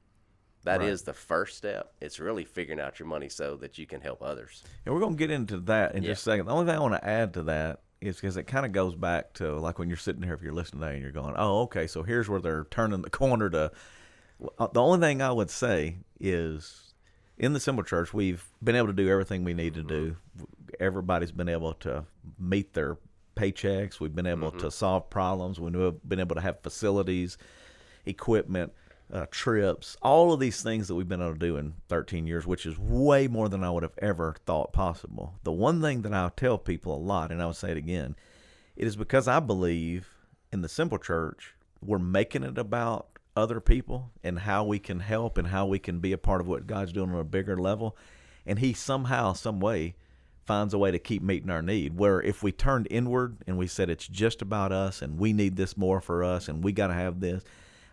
C: That is the first step. It's really figuring out your money so that you can help others.
B: And we're gonna get into that in just a second. The only thing I want to add to that is because it kind of goes back to like when you're sitting here, if you're listening today and you're going, "Oh, okay, so here's where they're turning the corner." To Uh, the only thing I would say is, in the simple church, we've been able to do everything we need to do. Everybody's been able to meet their paychecks. We've been able to solve problems. We've been able to have facilities, equipment. Uh, trips, all of these things that we've been able to do in 13 years, which is way more than I would have ever thought possible. The one thing that I tell people a lot, and I would say it again, it is because I believe in the simple church, we're making it about other people and how we can help and how we can be a part of what God's doing on a bigger level. And He somehow, some way, finds a way to keep meeting our need. Where if we turned inward and we said it's just about us and we need this more for us and we got to have this,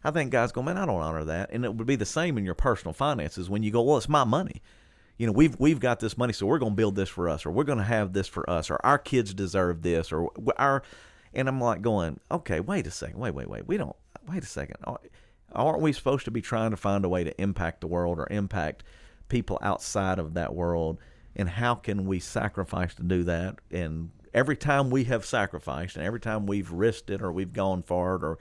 B: I think God's going, man, I don't honor that. And it would be the same in your personal finances when you go, well, it's my money you know we've we've got this money so we're going to build this for us or we're going to have this for us or our kids deserve this or w- our and i'm like going okay wait a second wait wait wait we don't wait a second Ar- aren't we supposed to be trying to find a way to impact the world or impact people outside of that world and how can we sacrifice to do that and every time we have sacrificed and every time we've risked it or we've gone for it or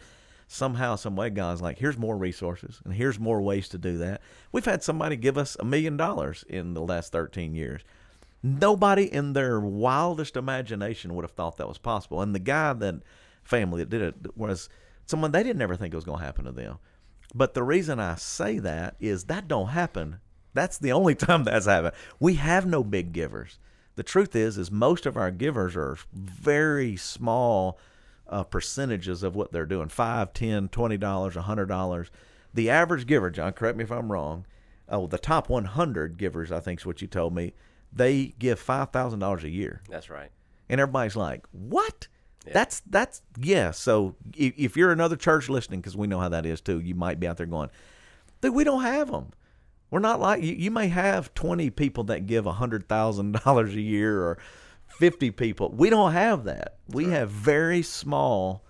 B: somehow, some way, God's like, here's more resources and here's more ways to do that. We've had somebody give us a million dollars in the last 13 years. Nobody in their wildest imagination would have thought that was possible. And the guy that family that did it was someone they didn't ever think it was going to happen to them. But the reason I say that is that don't happen. That's the only time that's happened. We have no big givers. The truth is, is most of our givers are very small uh, percentages of what they're doing 5 10 20 dollars 100 dollars the average giver john correct me if i'm wrong oh the top 100 givers i think is what you told me they give $5000 a year
C: That's right.
B: and everybody's like what that's that's yeah so if, if you're another church listening because we know how that is too you might be out there going dude we don't have them we're not like you, you may have 20 people that give $100000 a year or 50 people we don't have that we have very small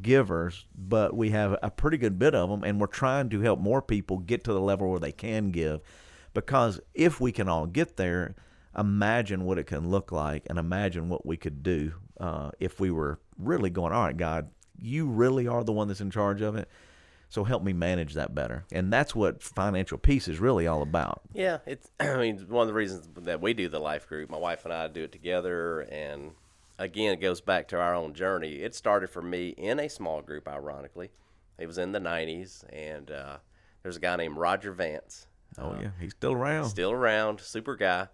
B: givers, but we have a pretty good bit of them, and we're trying to help more people get to the level where they can give. Because if we can all get there, imagine what it can look like, and imagine what we could do uh, if we were really going, All right, God, you really are the one that's in charge of it. So help me manage that better. And that's what financial peace is really all about.
C: Yeah, it's I mean one of the reasons that we do the life group. My wife and I do it together, and again, it goes back to our own journey. It started for me in a small group. Ironically, it was in the '90s, and uh, there's a guy named Roger Vance,
B: Oh, yeah. He's still around.
C: still around, super guy.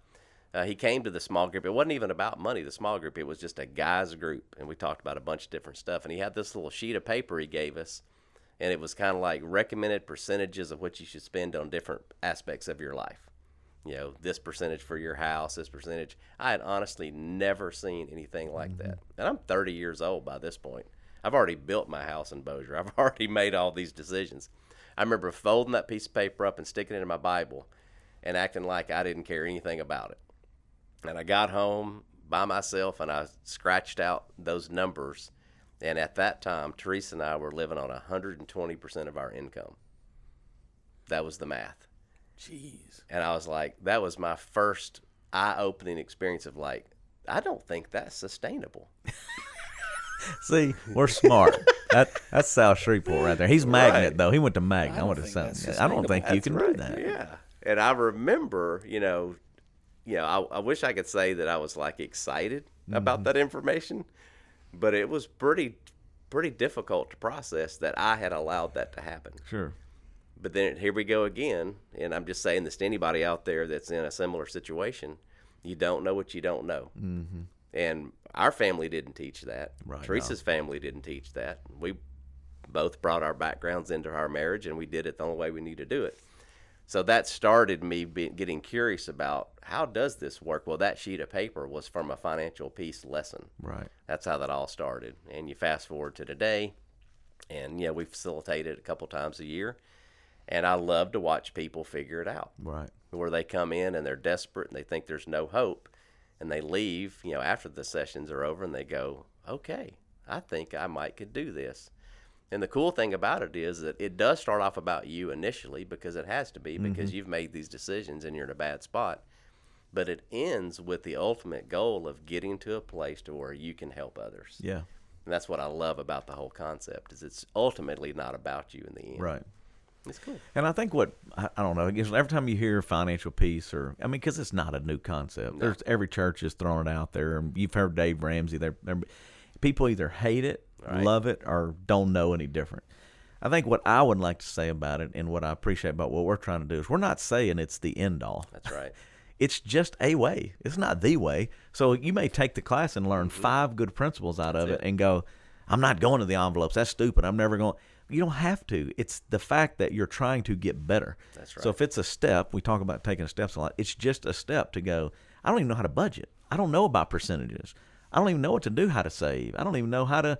C: Uh, he came to the small group. It wasn't even about money, the small group. It was just a guys group, and we talked about a bunch of different stuff. And he had this little sheet of paper he gave us, and it was kind of like recommended percentages of what you should spend on different aspects of your life. You know, this percentage for your house, this percentage. I had honestly never seen anything like that. And I'm 30 years old by this point. I've already built my house in Bossier. I've already made all these decisions. I remember folding that piece of paper up and sticking it in my Bible and acting like I didn't care anything about it. And I got home by myself and I scratched out those numbers. And at that time, Teresa and I were living on 120% of our income. That was the math.
A: Jeez.
C: And I was like, that was my first eye opening experience of like, I don't think that's sustainable.
B: See, we're smart. that that's South Shreveport right there. He's magnet
C: Right.
B: though. He went to magnet. I,
A: don't
B: would have
A: think
B: said.
A: that's
B: I don't think you can do that.
C: Yeah. And I remember, you know, you know, I, I wish I could say that I was like excited
B: Mm-hmm.
C: about that information, but it was pretty pretty difficult to process that I had allowed that to happen.
B: Sure.
C: But then here we go again, and I'm just saying this to anybody out there that's in a similar situation. You don't know what you don't know. Mm-hmm. And our family didn't teach that.
B: Right,
C: Teresa's family didn't teach that. We both brought our backgrounds into our marriage, and we did it the only way we knew to do it. So that started me be, getting curious about how does this work? Well, that sheet of paper was from a financial piece lesson.
B: Right.
C: That's how that all started. And you fast forward to today, and yeah, we facilitate it a couple times a year. And I love to watch people figure it out
B: Right.
C: where they come in and they're desperate and they think there's no hope and they leave, you know, after the sessions are over and they go, okay, I think I might could do this. And the cool thing about it is that it does start off about you initially because it has to be
B: Mm-hmm.
C: because you've made these decisions and you're in a bad spot. But it ends with the ultimate goal of getting to a place to where you can help others.
B: Yeah.
C: And that's what I love about the whole concept is it's ultimately not about you in the end.
B: Right.
C: It's cool.
B: And I think what I I don't know. I guess every time you hear financial peace, or I mean, because it's not a new concept. There's every church is throwing it out there. And You've heard Dave Ramsey. There, people either hate it, love it, or don't know any different. I think what I would like to say about it, and what I appreciate about what we're trying to do, is we're not saying it's the end all.
C: That's right.
B: It's just a way. It's not the way. So you may take the class and learn five good principles out of Mm-hmm. it, and go, I'm not going to the envelopes. That's stupid. I'm never going. You don't have to. It's the fact that you're trying to get better. That's right. So if it's a step, we talk about taking steps a lot. It's just a step to go, I don't even know how to budget. I don't know about percentages. I don't even know what to do, how to save. I don't even know how to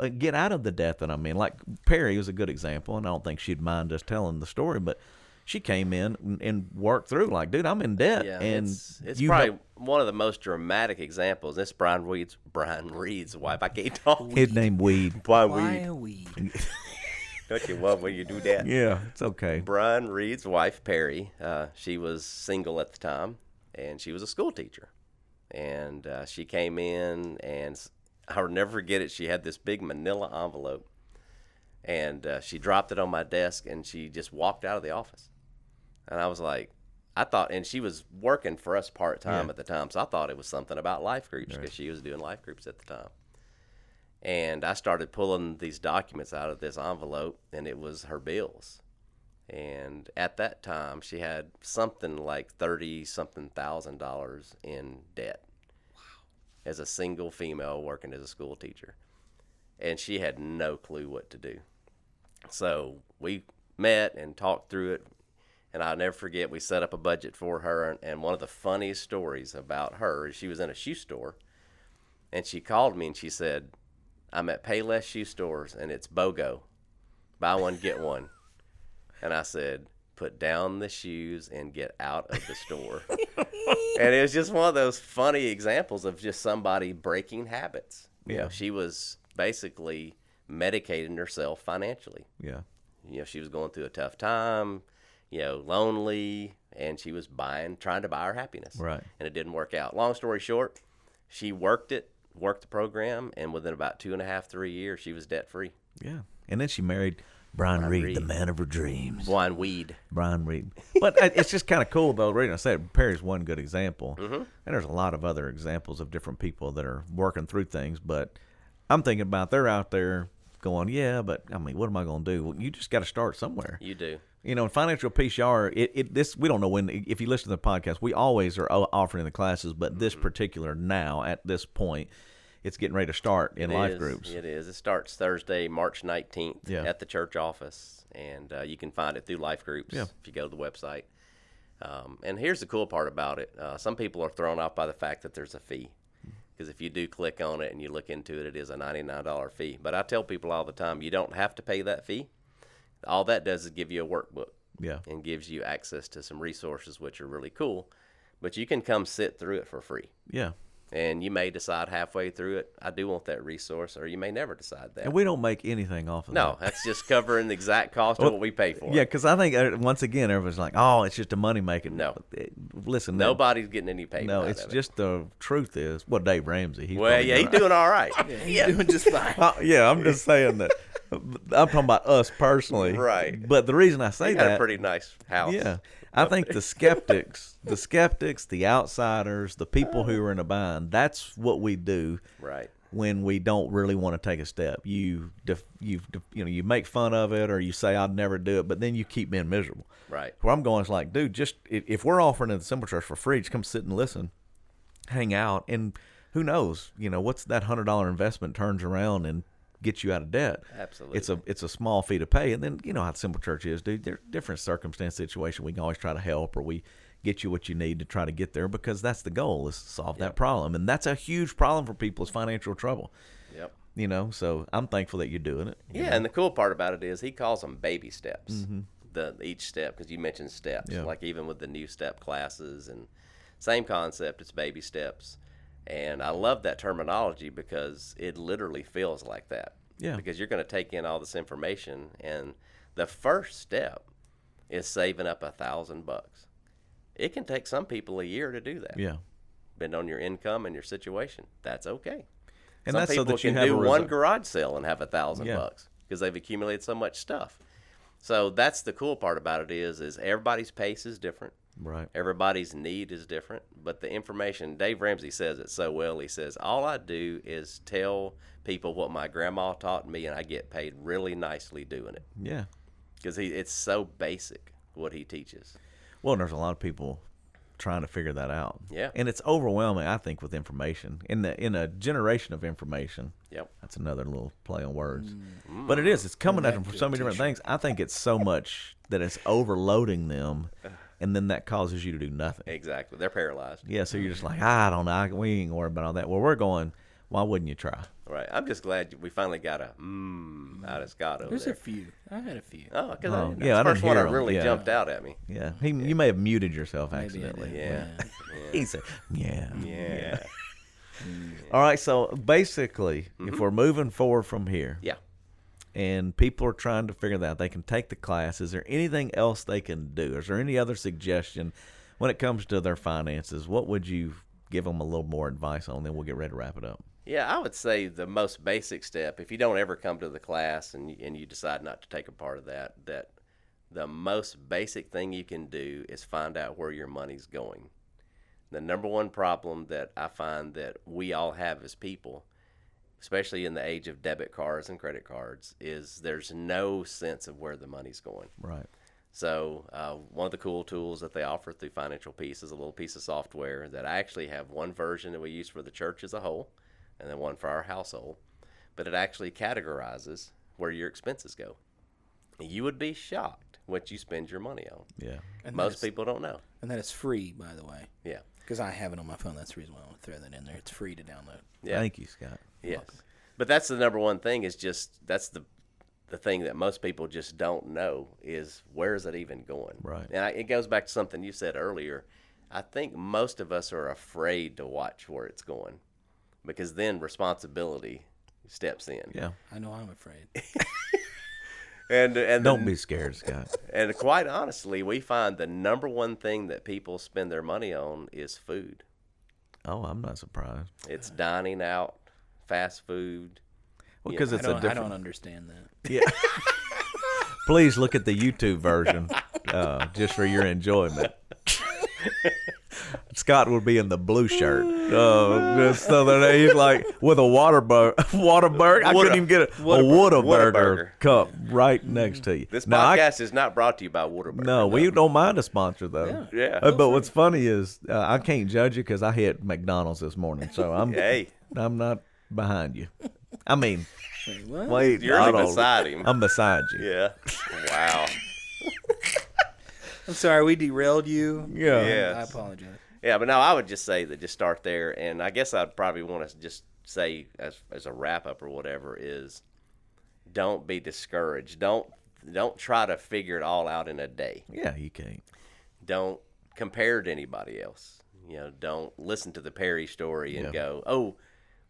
B: uh, get out of the debt that I'm in. Like Perry was a good example, and I don't think she'd mind us telling the story, but she came in and- and worked through like, dude, I'm in debt,
C: Yeah,
B: and
C: it's, it's
B: you
C: probably
B: help-
C: one of the most dramatic examples. This Brian Reed's Brian Reed's wife. I can't talk.
B: his name Weed.
C: Brian
A: Why
C: Reed.
A: are we?
C: Don't you love when you do that?
B: Yeah, it's okay.
C: Brian Reed's wife Perry. Uh, she was single at the time, and she was a school teacher. And uh, she came in, and s- I'll never forget it. She had this big Manila envelope, and uh, she dropped it on my desk, and she just walked out of the office. And I was like, I thought, and she was working for us part time at the time, so I thought it was something about life groups because she was doing life groups at the time. And I started pulling these documents out of this envelope, and it was her bills. And at that time, she had something like thirty something thousand dollars in debt. Wow. As a single female working as a school teacher, and she had no clue what to do. So we met and talked through it, and I'll never forget. We set up a budget for her, and one of the funniest stories about her is she was in a shoe store, and she called me and she said, "I'm at Payless Shoe Stores, and it's BOGO, buy one get one." And I said, put down the shoes and get out of the store. and it was just one of those funny examples of just somebody breaking habits. You know,
B: Yeah.
C: she was basically medicating herself financially.
B: Yeah,
C: You know, she was going through a tough time, you know, lonely, and she was buying, trying to buy her happiness.
B: Right.
C: And it didn't work out. Long story short, she worked it, worked the program, and within about two and a half, three years, she was debt free.
B: yeah. And then she married Brian, Reed, the
C: Reed.
B: man of her dreams.
C: Blind weed.
B: Brian Reed. But I- it's just kind of cool though. Reading, I said Perry's one good example,
C: Mm-hmm.
B: and there's a lot of other examples of different people that are working through things. But I'm thinking about they're out there going, yeah, but I mean, what am I going to do? Well, you just got to start somewhere.
C: You do.
B: You know, in financial PCR, it, it this we don't know when. If you listen to the podcast, we always are o- offering the classes, but this
C: Mm-hmm.
B: particular now at this point, it's getting ready to start in
C: It
B: life
C: is.
B: groups.
C: It is. It starts Thursday, March 19th
B: Yeah.
C: at the church office, and uh, you can find it through life groups
B: Yeah.
C: if you go to the website. Um, and here's the cool part about it uh, some people are thrown off by the fact that there's a fee. Because if you do click on it and you look into it, it is a $99 fee. But I tell people all the time, you don't have to pay that fee. All that does is give you a workbook
B: Yeah,
C: and gives you access to some resources, which are really cool. But you can come sit through it for free
B: yeah,
C: And you may decide halfway through it, I do want that resource, or you may never decide that.
B: And we don't make anything off of
C: no, that's just covering the exact cost of what we pay
B: that.
C: for. it.
B: Yeah, because I think uh, once again everyone's like, "Oh, it's just a money making." eh,
C: No.
B: listen, that-
C: Nobody's getting any payment.
B: No,
C: out
B: it's
C: of it.
B: just the truth is. Well, Dave Ramsey. He's
C: Well,
B: probably
C: yeah, he's
B: right.
C: doing all right.
A: yeah. doing just fine.
B: Uh, yeah, I'm just saying that. I'm talking about us personally,
C: Right.
B: But the reason I say
C: He
B: that,
C: got a pretty nice house.
B: yeah, I think the skeptics, the skeptics, the outsiders, the people who are in a bind. That's what we do
C: Right.
B: when we don't really want to take a step. You, def, you, def, you know, you make fun of it, or you say I'd never do it, but then you keep being miserable.
C: Right.
B: Where I'm going is like, dude, just i- if we're offering it at the Simple Church for free, just come sit and listen, hang out, and who knows, you know, what's that hundred dollar investment turns around and gets you out of debt.
C: Absolutely.
B: It's a it's a small fee to pay, and then you know how Simple Church is, dude. There are different circumstance situation. We can always try to help, or we get you what you need to try to get there because that's the goal is to solve that problem, and that's a huge problem for people is financial trouble.
C: Yep.
B: You know, so I'm thankful that you're doing it.
C: Yeah, and the cool part about it is he calls them baby steps. The each step because you mentioned steps,
B: Mm-hmm. Yeah.
C: like even with the new step classes and same concept, it's baby steps. And I love that terminology because it literally feels like that.
B: Yeah.
C: Because you're going to take in all this information, and the first step is saving up a thousand bucks. It can take some people a year to do that.
B: Yeah,
C: Depending on your income and your situation, that's okay.
B: and
C: Some
B: that's so
C: people
B: that you
C: can
B: have
C: do
B: a
C: one
B: result.
C: garage sale and have a thousand
B: Yeah.
C: bucks because they've accumulated so much stuff. So that's the cool part about it is is everybody's pace is different,
B: right.
C: everybody's need is different, but the information Dave Ramsey says it so well. He says all I do is tell people what my grandma taught me, and I get paid really nicely doing it
B: Yeah.
C: because he it's so basic what he teaches.
B: Well, there's a lot of people trying to figure that out.
C: Yeah.
B: And it's overwhelming, I think, with information in the in a generation of information.
C: Yep.
B: That's another little play on words, but it is. It's coming at them from so many different things. I think it's so much that it's overloading them, and then that causes you to do nothing.
C: Exactly, they're paralyzed.
B: Yeah. So you're just like, I don't know. I- We ain't worried about all that. Well, we're going. Why wouldn't you try?
C: Right. I'm just glad we finally got a mmm out of Scott over
A: There's
C: there.
A: a few. I've had a few.
C: Oh, because
B: Oh,
C: oh,
B: yeah, I
C: the first
B: didn't
C: one
B: hear
C: that
B: 'em.
C: really
B: Yeah.
C: jumped out at me.
B: Yeah. He, you may have muted yourself
A: Maybe I
B: accidentally.
A: did.
C: Yeah.
B: He said, yeah.
C: Yeah.
B: All right. So basically, if we're moving forward from here,
C: Yeah.
B: and people are trying to figure that out. They can take the class. Is there anything else they can do? Is there any other suggestion when it comes to their finances? What would you give them a little more advice on? Then we'll get ready to wrap it up.
C: Yeah, I would say the most basic step, if you don't ever come to the class and you, and you decide not to take a part of that, that the most basic thing you can do is find out where your money's going. The number one problem that I find that we all have as people, especially in the age of debit cards and credit cards, is there's no sense of where the money's going.
B: Right.
C: So uh, one of the cool tools that they offer through Financial Peace is a little piece of software that I actually have one version that we use for the church as a whole, and then one for our household. But it actually categorizes where your expenses go. You would be shocked what you spend your money on.
B: Yeah.
A: And that
C: Most
A: is-
C: people don't know.
A: And that is free, by the way.
C: Yeah.
A: Because I have it on my phone. That's the reason why I want to throw that in there. It's free to download.
C: Yeah.
B: Thank you, Scott.
C: Yes. But that's the number one thing is just that's the the thing that most people just don't know is where is it even going?
B: Right.
C: And I, it goes back to something you said earlier. I think most of us are afraid to watch where it's going because then responsibility steps in.
B: Yeah.
A: I know I'm afraid.
C: And and
B: Don't
C: the,
B: be scared, Scott.
C: and quite honestly, we find the number one thing that people spend their money on is food.
B: Oh, I'm not surprised.
C: It's dining out, fast food.
B: Well, because
A: I
B: it's a
A: don't, I
B: different.
A: don't understand that.
B: Yeah. Please look at the YouTube version uh, just for your enjoyment. Scott would be in the blue shirt. Oh, just so that he's like with a water bur- water burger. I
C: Water-
B: couldn't even get a, a water
C: Whataburger.
B: burger cup right next to you.
C: This
B: Now, I-
C: podcast is not brought to you by Waterburger.
B: no, we don't mind a sponsor though.
C: Yeah. Yeah.
B: Uh, but what's funny is uh, I can't judge you because I hit McDonald's this morning, so I'm
C: Hey.
B: I'm not behind you. I mean,
A: Wait, what?
B: wait,
C: You're
B: I
C: only
B: don't-
C: beside him.
B: I'm beside you.
C: Yeah. Wow.
A: I'm sorry, we derailed you.
B: Yeah.
C: Yes.
A: I apologize.
C: Yeah, but no, I would just say that just start there, and I guess I'd probably want to just say as as a wrap up or whatever is, don't be discouraged. Don't don't try to figure it all out in a day.
B: Yeah, you can't.
C: Don't compare to anybody else. You know, don't listen to the Perry story and go, oh,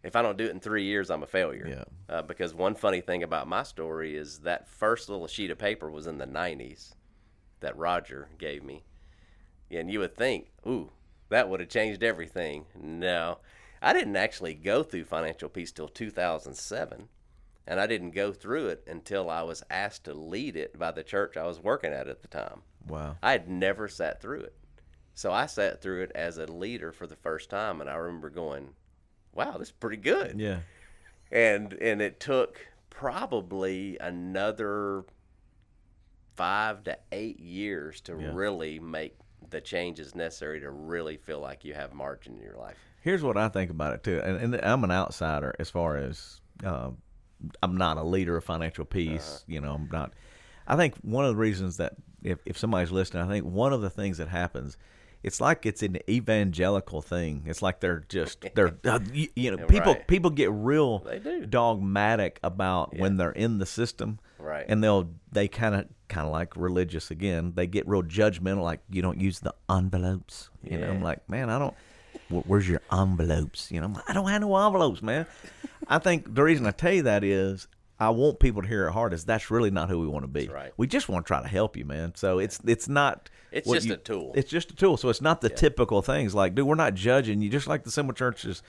C: if I don't do it in three years, I'm a failure.
B: Yeah.
C: Uh, because one funny thing about my story is that first little sheet of paper was in the 90s that Roger gave me. And you would think, ooh, that would have changed everything. No, I didn't actually go through financial peace till 2007. And I didn't go through it until I was asked to lead it by the church I was working at at the time.
B: Wow.
C: I had never sat through it. So I sat through it as a leader for the first time. And I remember going, wow, this is pretty good
B: Yeah.
C: and and it took probably another five to eight years to really make the changes necessary to really feel like you have margin in your life.
B: Here's what I think about it too, and, and I'm an outsider as far as uh, I'm not a leader of financial
C: Uh-huh.
B: peace. You know, I'm not. I think one of the reasons that if, if somebody's listening, I think one of the things that happens, it's like it's an evangelical thing. It's like they're just they're uh, you, you know people
C: Right.
B: people get real
C: They do.
B: dogmatic about when they're in the system,
C: Right.
B: And they'll they kind of kind of like religious again. They get real judgmental, like you don't use the envelopes. You know, I'm like, man, I don't. wh- Where's your envelopes? You know, I'm like, I don't have no envelopes, man. I think the reason I tell you that is I want people to hear it hard. Is that's really not who we want to be.
C: right.
B: We just want to try to help you, man. So it's it's not.
C: It's
B: what
C: just a tool.
B: It's just a tool. So it's not the typical things. Like, dude, we're not judging you. Just like the symbol churches.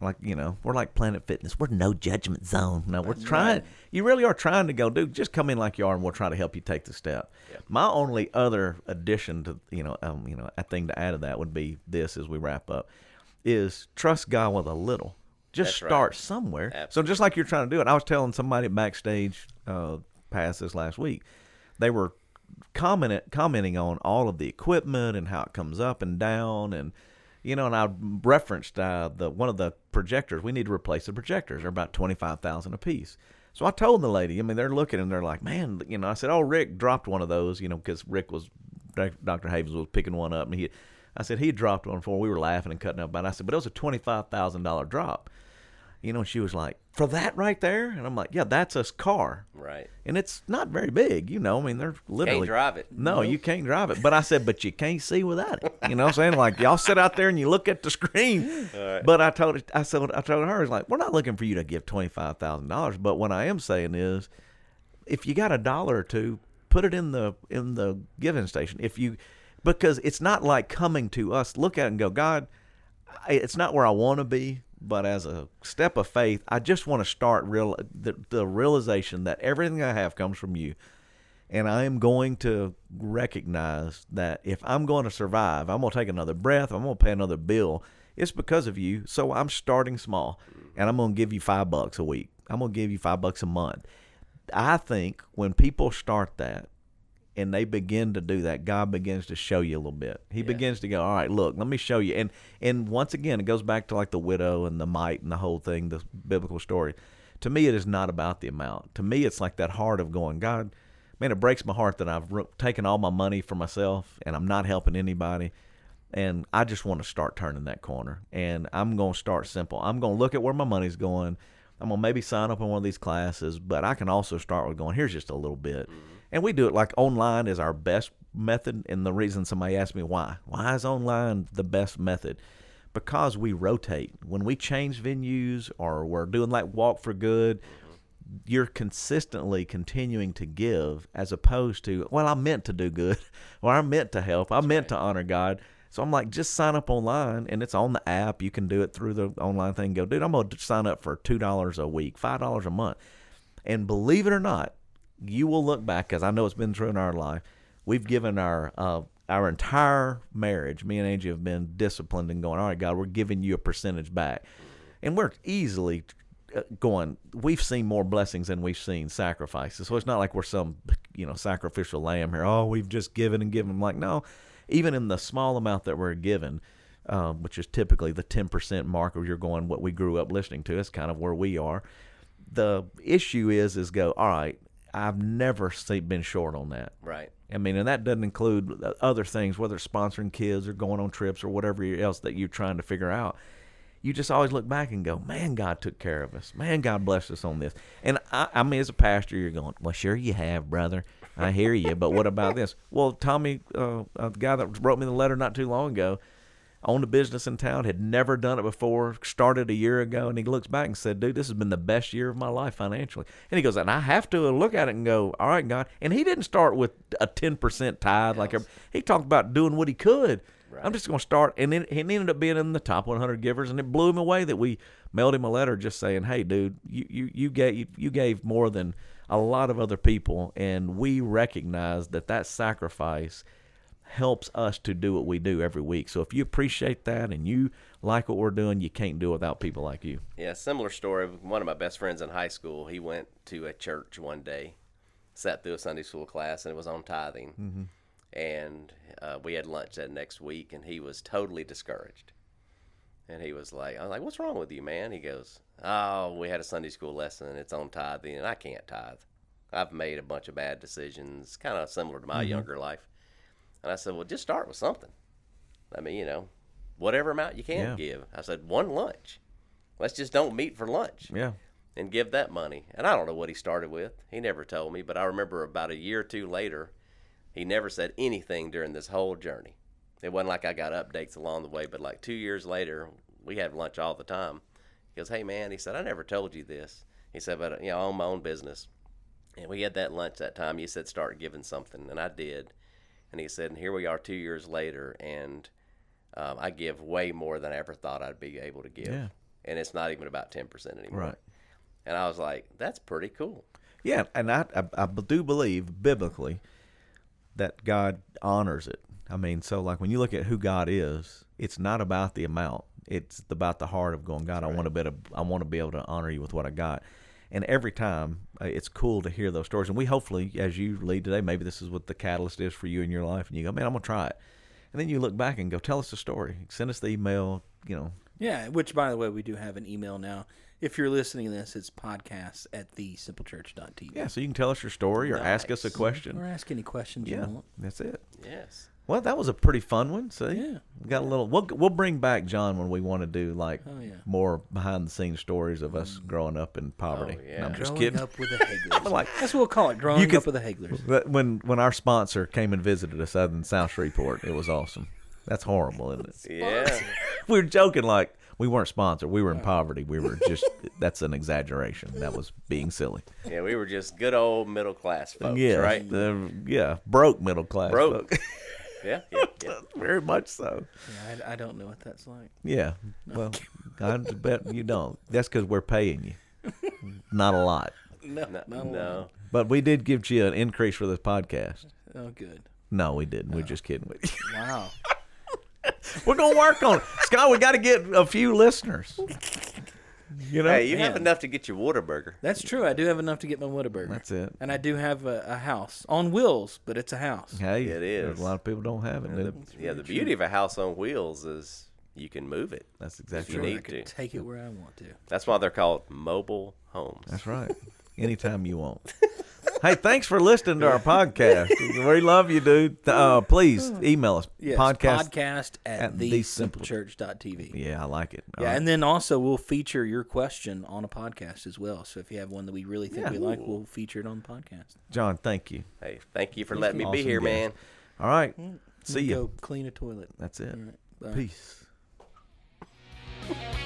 B: Like you know, we're like Planet Fitness. We're no judgment zone. No, we're trying. You really are trying to go, dude. Just come in like you are, and we'll try to help you take the step. My only other addition to you know, um, you know, a thing to add to that would be this as we wrap up, is trust God with a little. Just
C: That's right.
B: start somewhere. So just like you're trying to do it, I was telling somebody backstage uh, past this last week, they were comment commenting on all of the equipment and how it comes up and down and you know, and I referenced uh, the one of the projectors. We need to replace the projectors. They're about twenty five thousand a piece. So I told the lady. I mean, they're looking and they're like, man, you know. I said, oh, Rick dropped one of those, you know, because Rick was Dr. Havens was picking one up, and he, I said he dropped one for. We were laughing and cutting up about. It. I said, but it was a twenty five thousand dollar drop. You know, and she was like, for that right there, and I'm like, yeah, that's a car.
C: Right.
B: And it's not very big, you know. I mean, they're literally
C: drive it.
B: No, you can't drive it. But I said, but you can't see without it. You know what I'm saying? Like y'all sit out there and you look at the screen. But I told it, I told I told her, it's like, we're not looking for you to give twenty five thousand dollars. But what I am saying is, if you got a dollar or two, put it in the in the giving station. If you because it's not like coming to us, look at it and go, God, I- it's not where I want to be, but as a step of faith, I just want to start real the, the realization that everything I have comes from you. And I am going to recognize that if I'm going to survive, I'm going to take another breath, I'm going to pay another bill. It's because of you. So I'm starting small and I'm going to give you five bucks a week. I'm going to give you five bucks a month. I think when people start that, and they begin to do that, God begins to show you a little bit. He begins to go, all right, look, let me show you. And and once again, it goes back to like the widow and the mite and the whole thing, the biblical story. To me, it is not about the amount. To me, it's like that heart of going, God, man, it breaks my heart that I've ro- taken all my money for myself and I'm not helping anybody. And I just want to start turning that corner. And I'm going to start simple. I'm going to look at where my money's going. I'm going to maybe sign up in one of these classes, but I can also start with going, here's just a little bit. And we do it like online is our best method. And the reason somebody asked me why, why is online the best method? Because we rotate. When we change venues or we're doing like Walk for Good, you're consistently continuing to give as opposed to well i meant to do good or i meant to help i meant to honor god so i'm like just sign up online and it's on the app you can do it through the online thing go dude i'm gonna sign up for two dollars a week five dollars a month and believe it or not you will look back because i know it's been true in our life we've given our uh our entire marriage me and angie have been disciplined and going all right god we're giving you a percentage back and we're easily uh, going we've seen more blessings than we've seen sacrifices so it's not like we're some you know sacrificial lamb here oh we've just given and given I'm like no even in the small amount that we're given um, which is typically the 10% mark or you're going what we grew up listening to that's kind of where we are the issue is is go all right i've never se- been short on that
C: Right.
B: I mean, and that doesn't include uh, other things, whether it's sponsoring kids or going on trips or whatever else that you're trying to figure out. You just always look back and go, man, God took care of us. Man, God blessed us on this. And I, I mean, as a pastor, you're going, well, sure you have, brother. I hear you, but what about this? Well, Tommy, uh, uh, the guy that wrote me the letter not too long ago, owned a business in town, had never done it before, started a year ago, and he looks back and said, "Dude, this has been the best year of my life financially." And he goes, "And I have to look at it and go, all right, God." And he didn't start with a ten percent tithe like every- he talked about doing what he could. I'm just going to start, and then he ended up being in the top 100 givers, and it blew him away that we mailed him a letter just saying, "Hey, dude, you you you gave you gave more than a lot of other people, and we recognize that that sacrifice." helps us to do what we do every week. So if you appreciate that and you like what we're doing, you can't do it without people like you.
C: Yeah, similar story. One of my best friends in high school, he went to a church one day, sat through a Sunday school class, and it was on tithing. And uh, we had lunch that next week, and he was totally discouraged. And he was like, I was like, what's wrong with you, man? He goes, oh, we had a Sunday school lesson, it's on tithing, and I can't tithe. I've made a bunch of bad decisions, kind of similar to my younger life. And I said, well, just start with something. I mean, you know, whatever amount you can
B: Yeah.
C: give. I said, one lunch. Let's just don't meet for lunch
B: Yeah.
C: and give that money. And I don't know what he started with. He never told me, but I remember about a year or two later, he never said anything during this whole journey. It wasn't like I got updates along the way, but like two years later, we have lunch all the time. He goes, Hey, man, he said, I never told you this. He said, But, uh, you know, I own my own business. And we had that lunch that time. You said, Start giving something. And I did. And he said, And here we are two years later. And um, I give way more than I ever thought I'd be able to give.
B: Yeah.
C: And it's not even about 10% anymore.
B: Right.
C: And I was like, that's pretty cool.
B: Yeah, and I, I I do believe biblically that God honors it. I mean, so like when you look at who God is, it's not about the amount; it's about the heart of going, God, I want to be able, I want to be able to honor you with what I got. And every time, uh, it's cool to hear those stories. And we hopefully, as you lead today, maybe this is what the catalyst is for you in your life, and you go, man, I'm gonna try it. And then you look back and go, tell us the story. Send us the email. You know,
A: Yeah, which by the way, we do have an email now. If you're listening to this, it's podcast at the simplechurch.tv.
B: yeah. So you can tell us your story or ask us a question.
A: Or ask any questions
B: Yeah,
A: you want.
B: that's it.
C: Yes.
B: Well, that was a pretty fun one. See,
A: Yeah.
B: we got a little. We'll we'll bring back John when we want to do like
A: Oh, yeah.
B: more behind the scenes stories of us growing up in poverty.
C: Oh, yeah.
B: No, I'm just
A: growing
B: kidding.
A: up with the Haglers.
B: like-
A: That's what we'll call it, growing
B: You could-
A: up with the Haglers.
B: But when when our sponsor came and visited us out in South Shreveport, it was awesome. That's horrible, isn't it?
C: Yeah.
B: We were joking like we weren't sponsored. We were in poverty. We were just. that's an exaggeration. That was being silly.
C: yeah, we were just good old middle class folks,
B: yeah.
C: right?
B: the- yeah. Broke middle class.
C: Broke.
B: folk.
C: Yeah, yeah, yeah.
B: Very much so.
A: Yeah, I, I don't know what that's like.
B: Yeah. Well, I bet you don't. That's because we're paying you. Not a lot.
A: No,
C: No,
A: not a
C: no.
A: lot.
B: But we did give you an increase for this podcast.
A: Oh, good.
B: No, we didn't. We're just kidding.
A: Wow.
B: We're going to work on it. Scott, we got to get a few listeners. You know?
C: Hey, you have
A: man.
C: enough to get your water burger.
A: That's true. I do have enough to get my Whataburger.
B: That's it.
A: And I do have a, a house on wheels, but it's a house.
B: Hey,
C: It is.
B: A lot of people don't have it. dude.
C: yeah, the beauty of a house on wheels is you can move it.
B: That's exactly
C: You
A: Sure,
B: right.
A: I
C: need
A: can
C: to.
A: take it where I want to.
C: That's why they're called mobile homes.
B: That's right. Anytime you want. hey, thanks for listening to our podcast. We love you, dude. Uh, please email us.
A: Yes,
B: podcast.
A: podcast at,
B: at
A: the
B: thesimple-
A: simplechurch.tv. Yeah,
B: Yeah, I like it. All
A: yeah
B: right.
A: and then also we'll feature your question on a podcast as well. So if you have one that we really think we like, we'll feature it on the podcast.
B: John, thank you.
C: Hey, thank you for letting me be
B: Awesome
C: here,
B: guest.
C: man.
B: All right. See
A: Go
B: you.
A: clean a toilet.
B: That's it.
A: All right, bye.
B: Peace.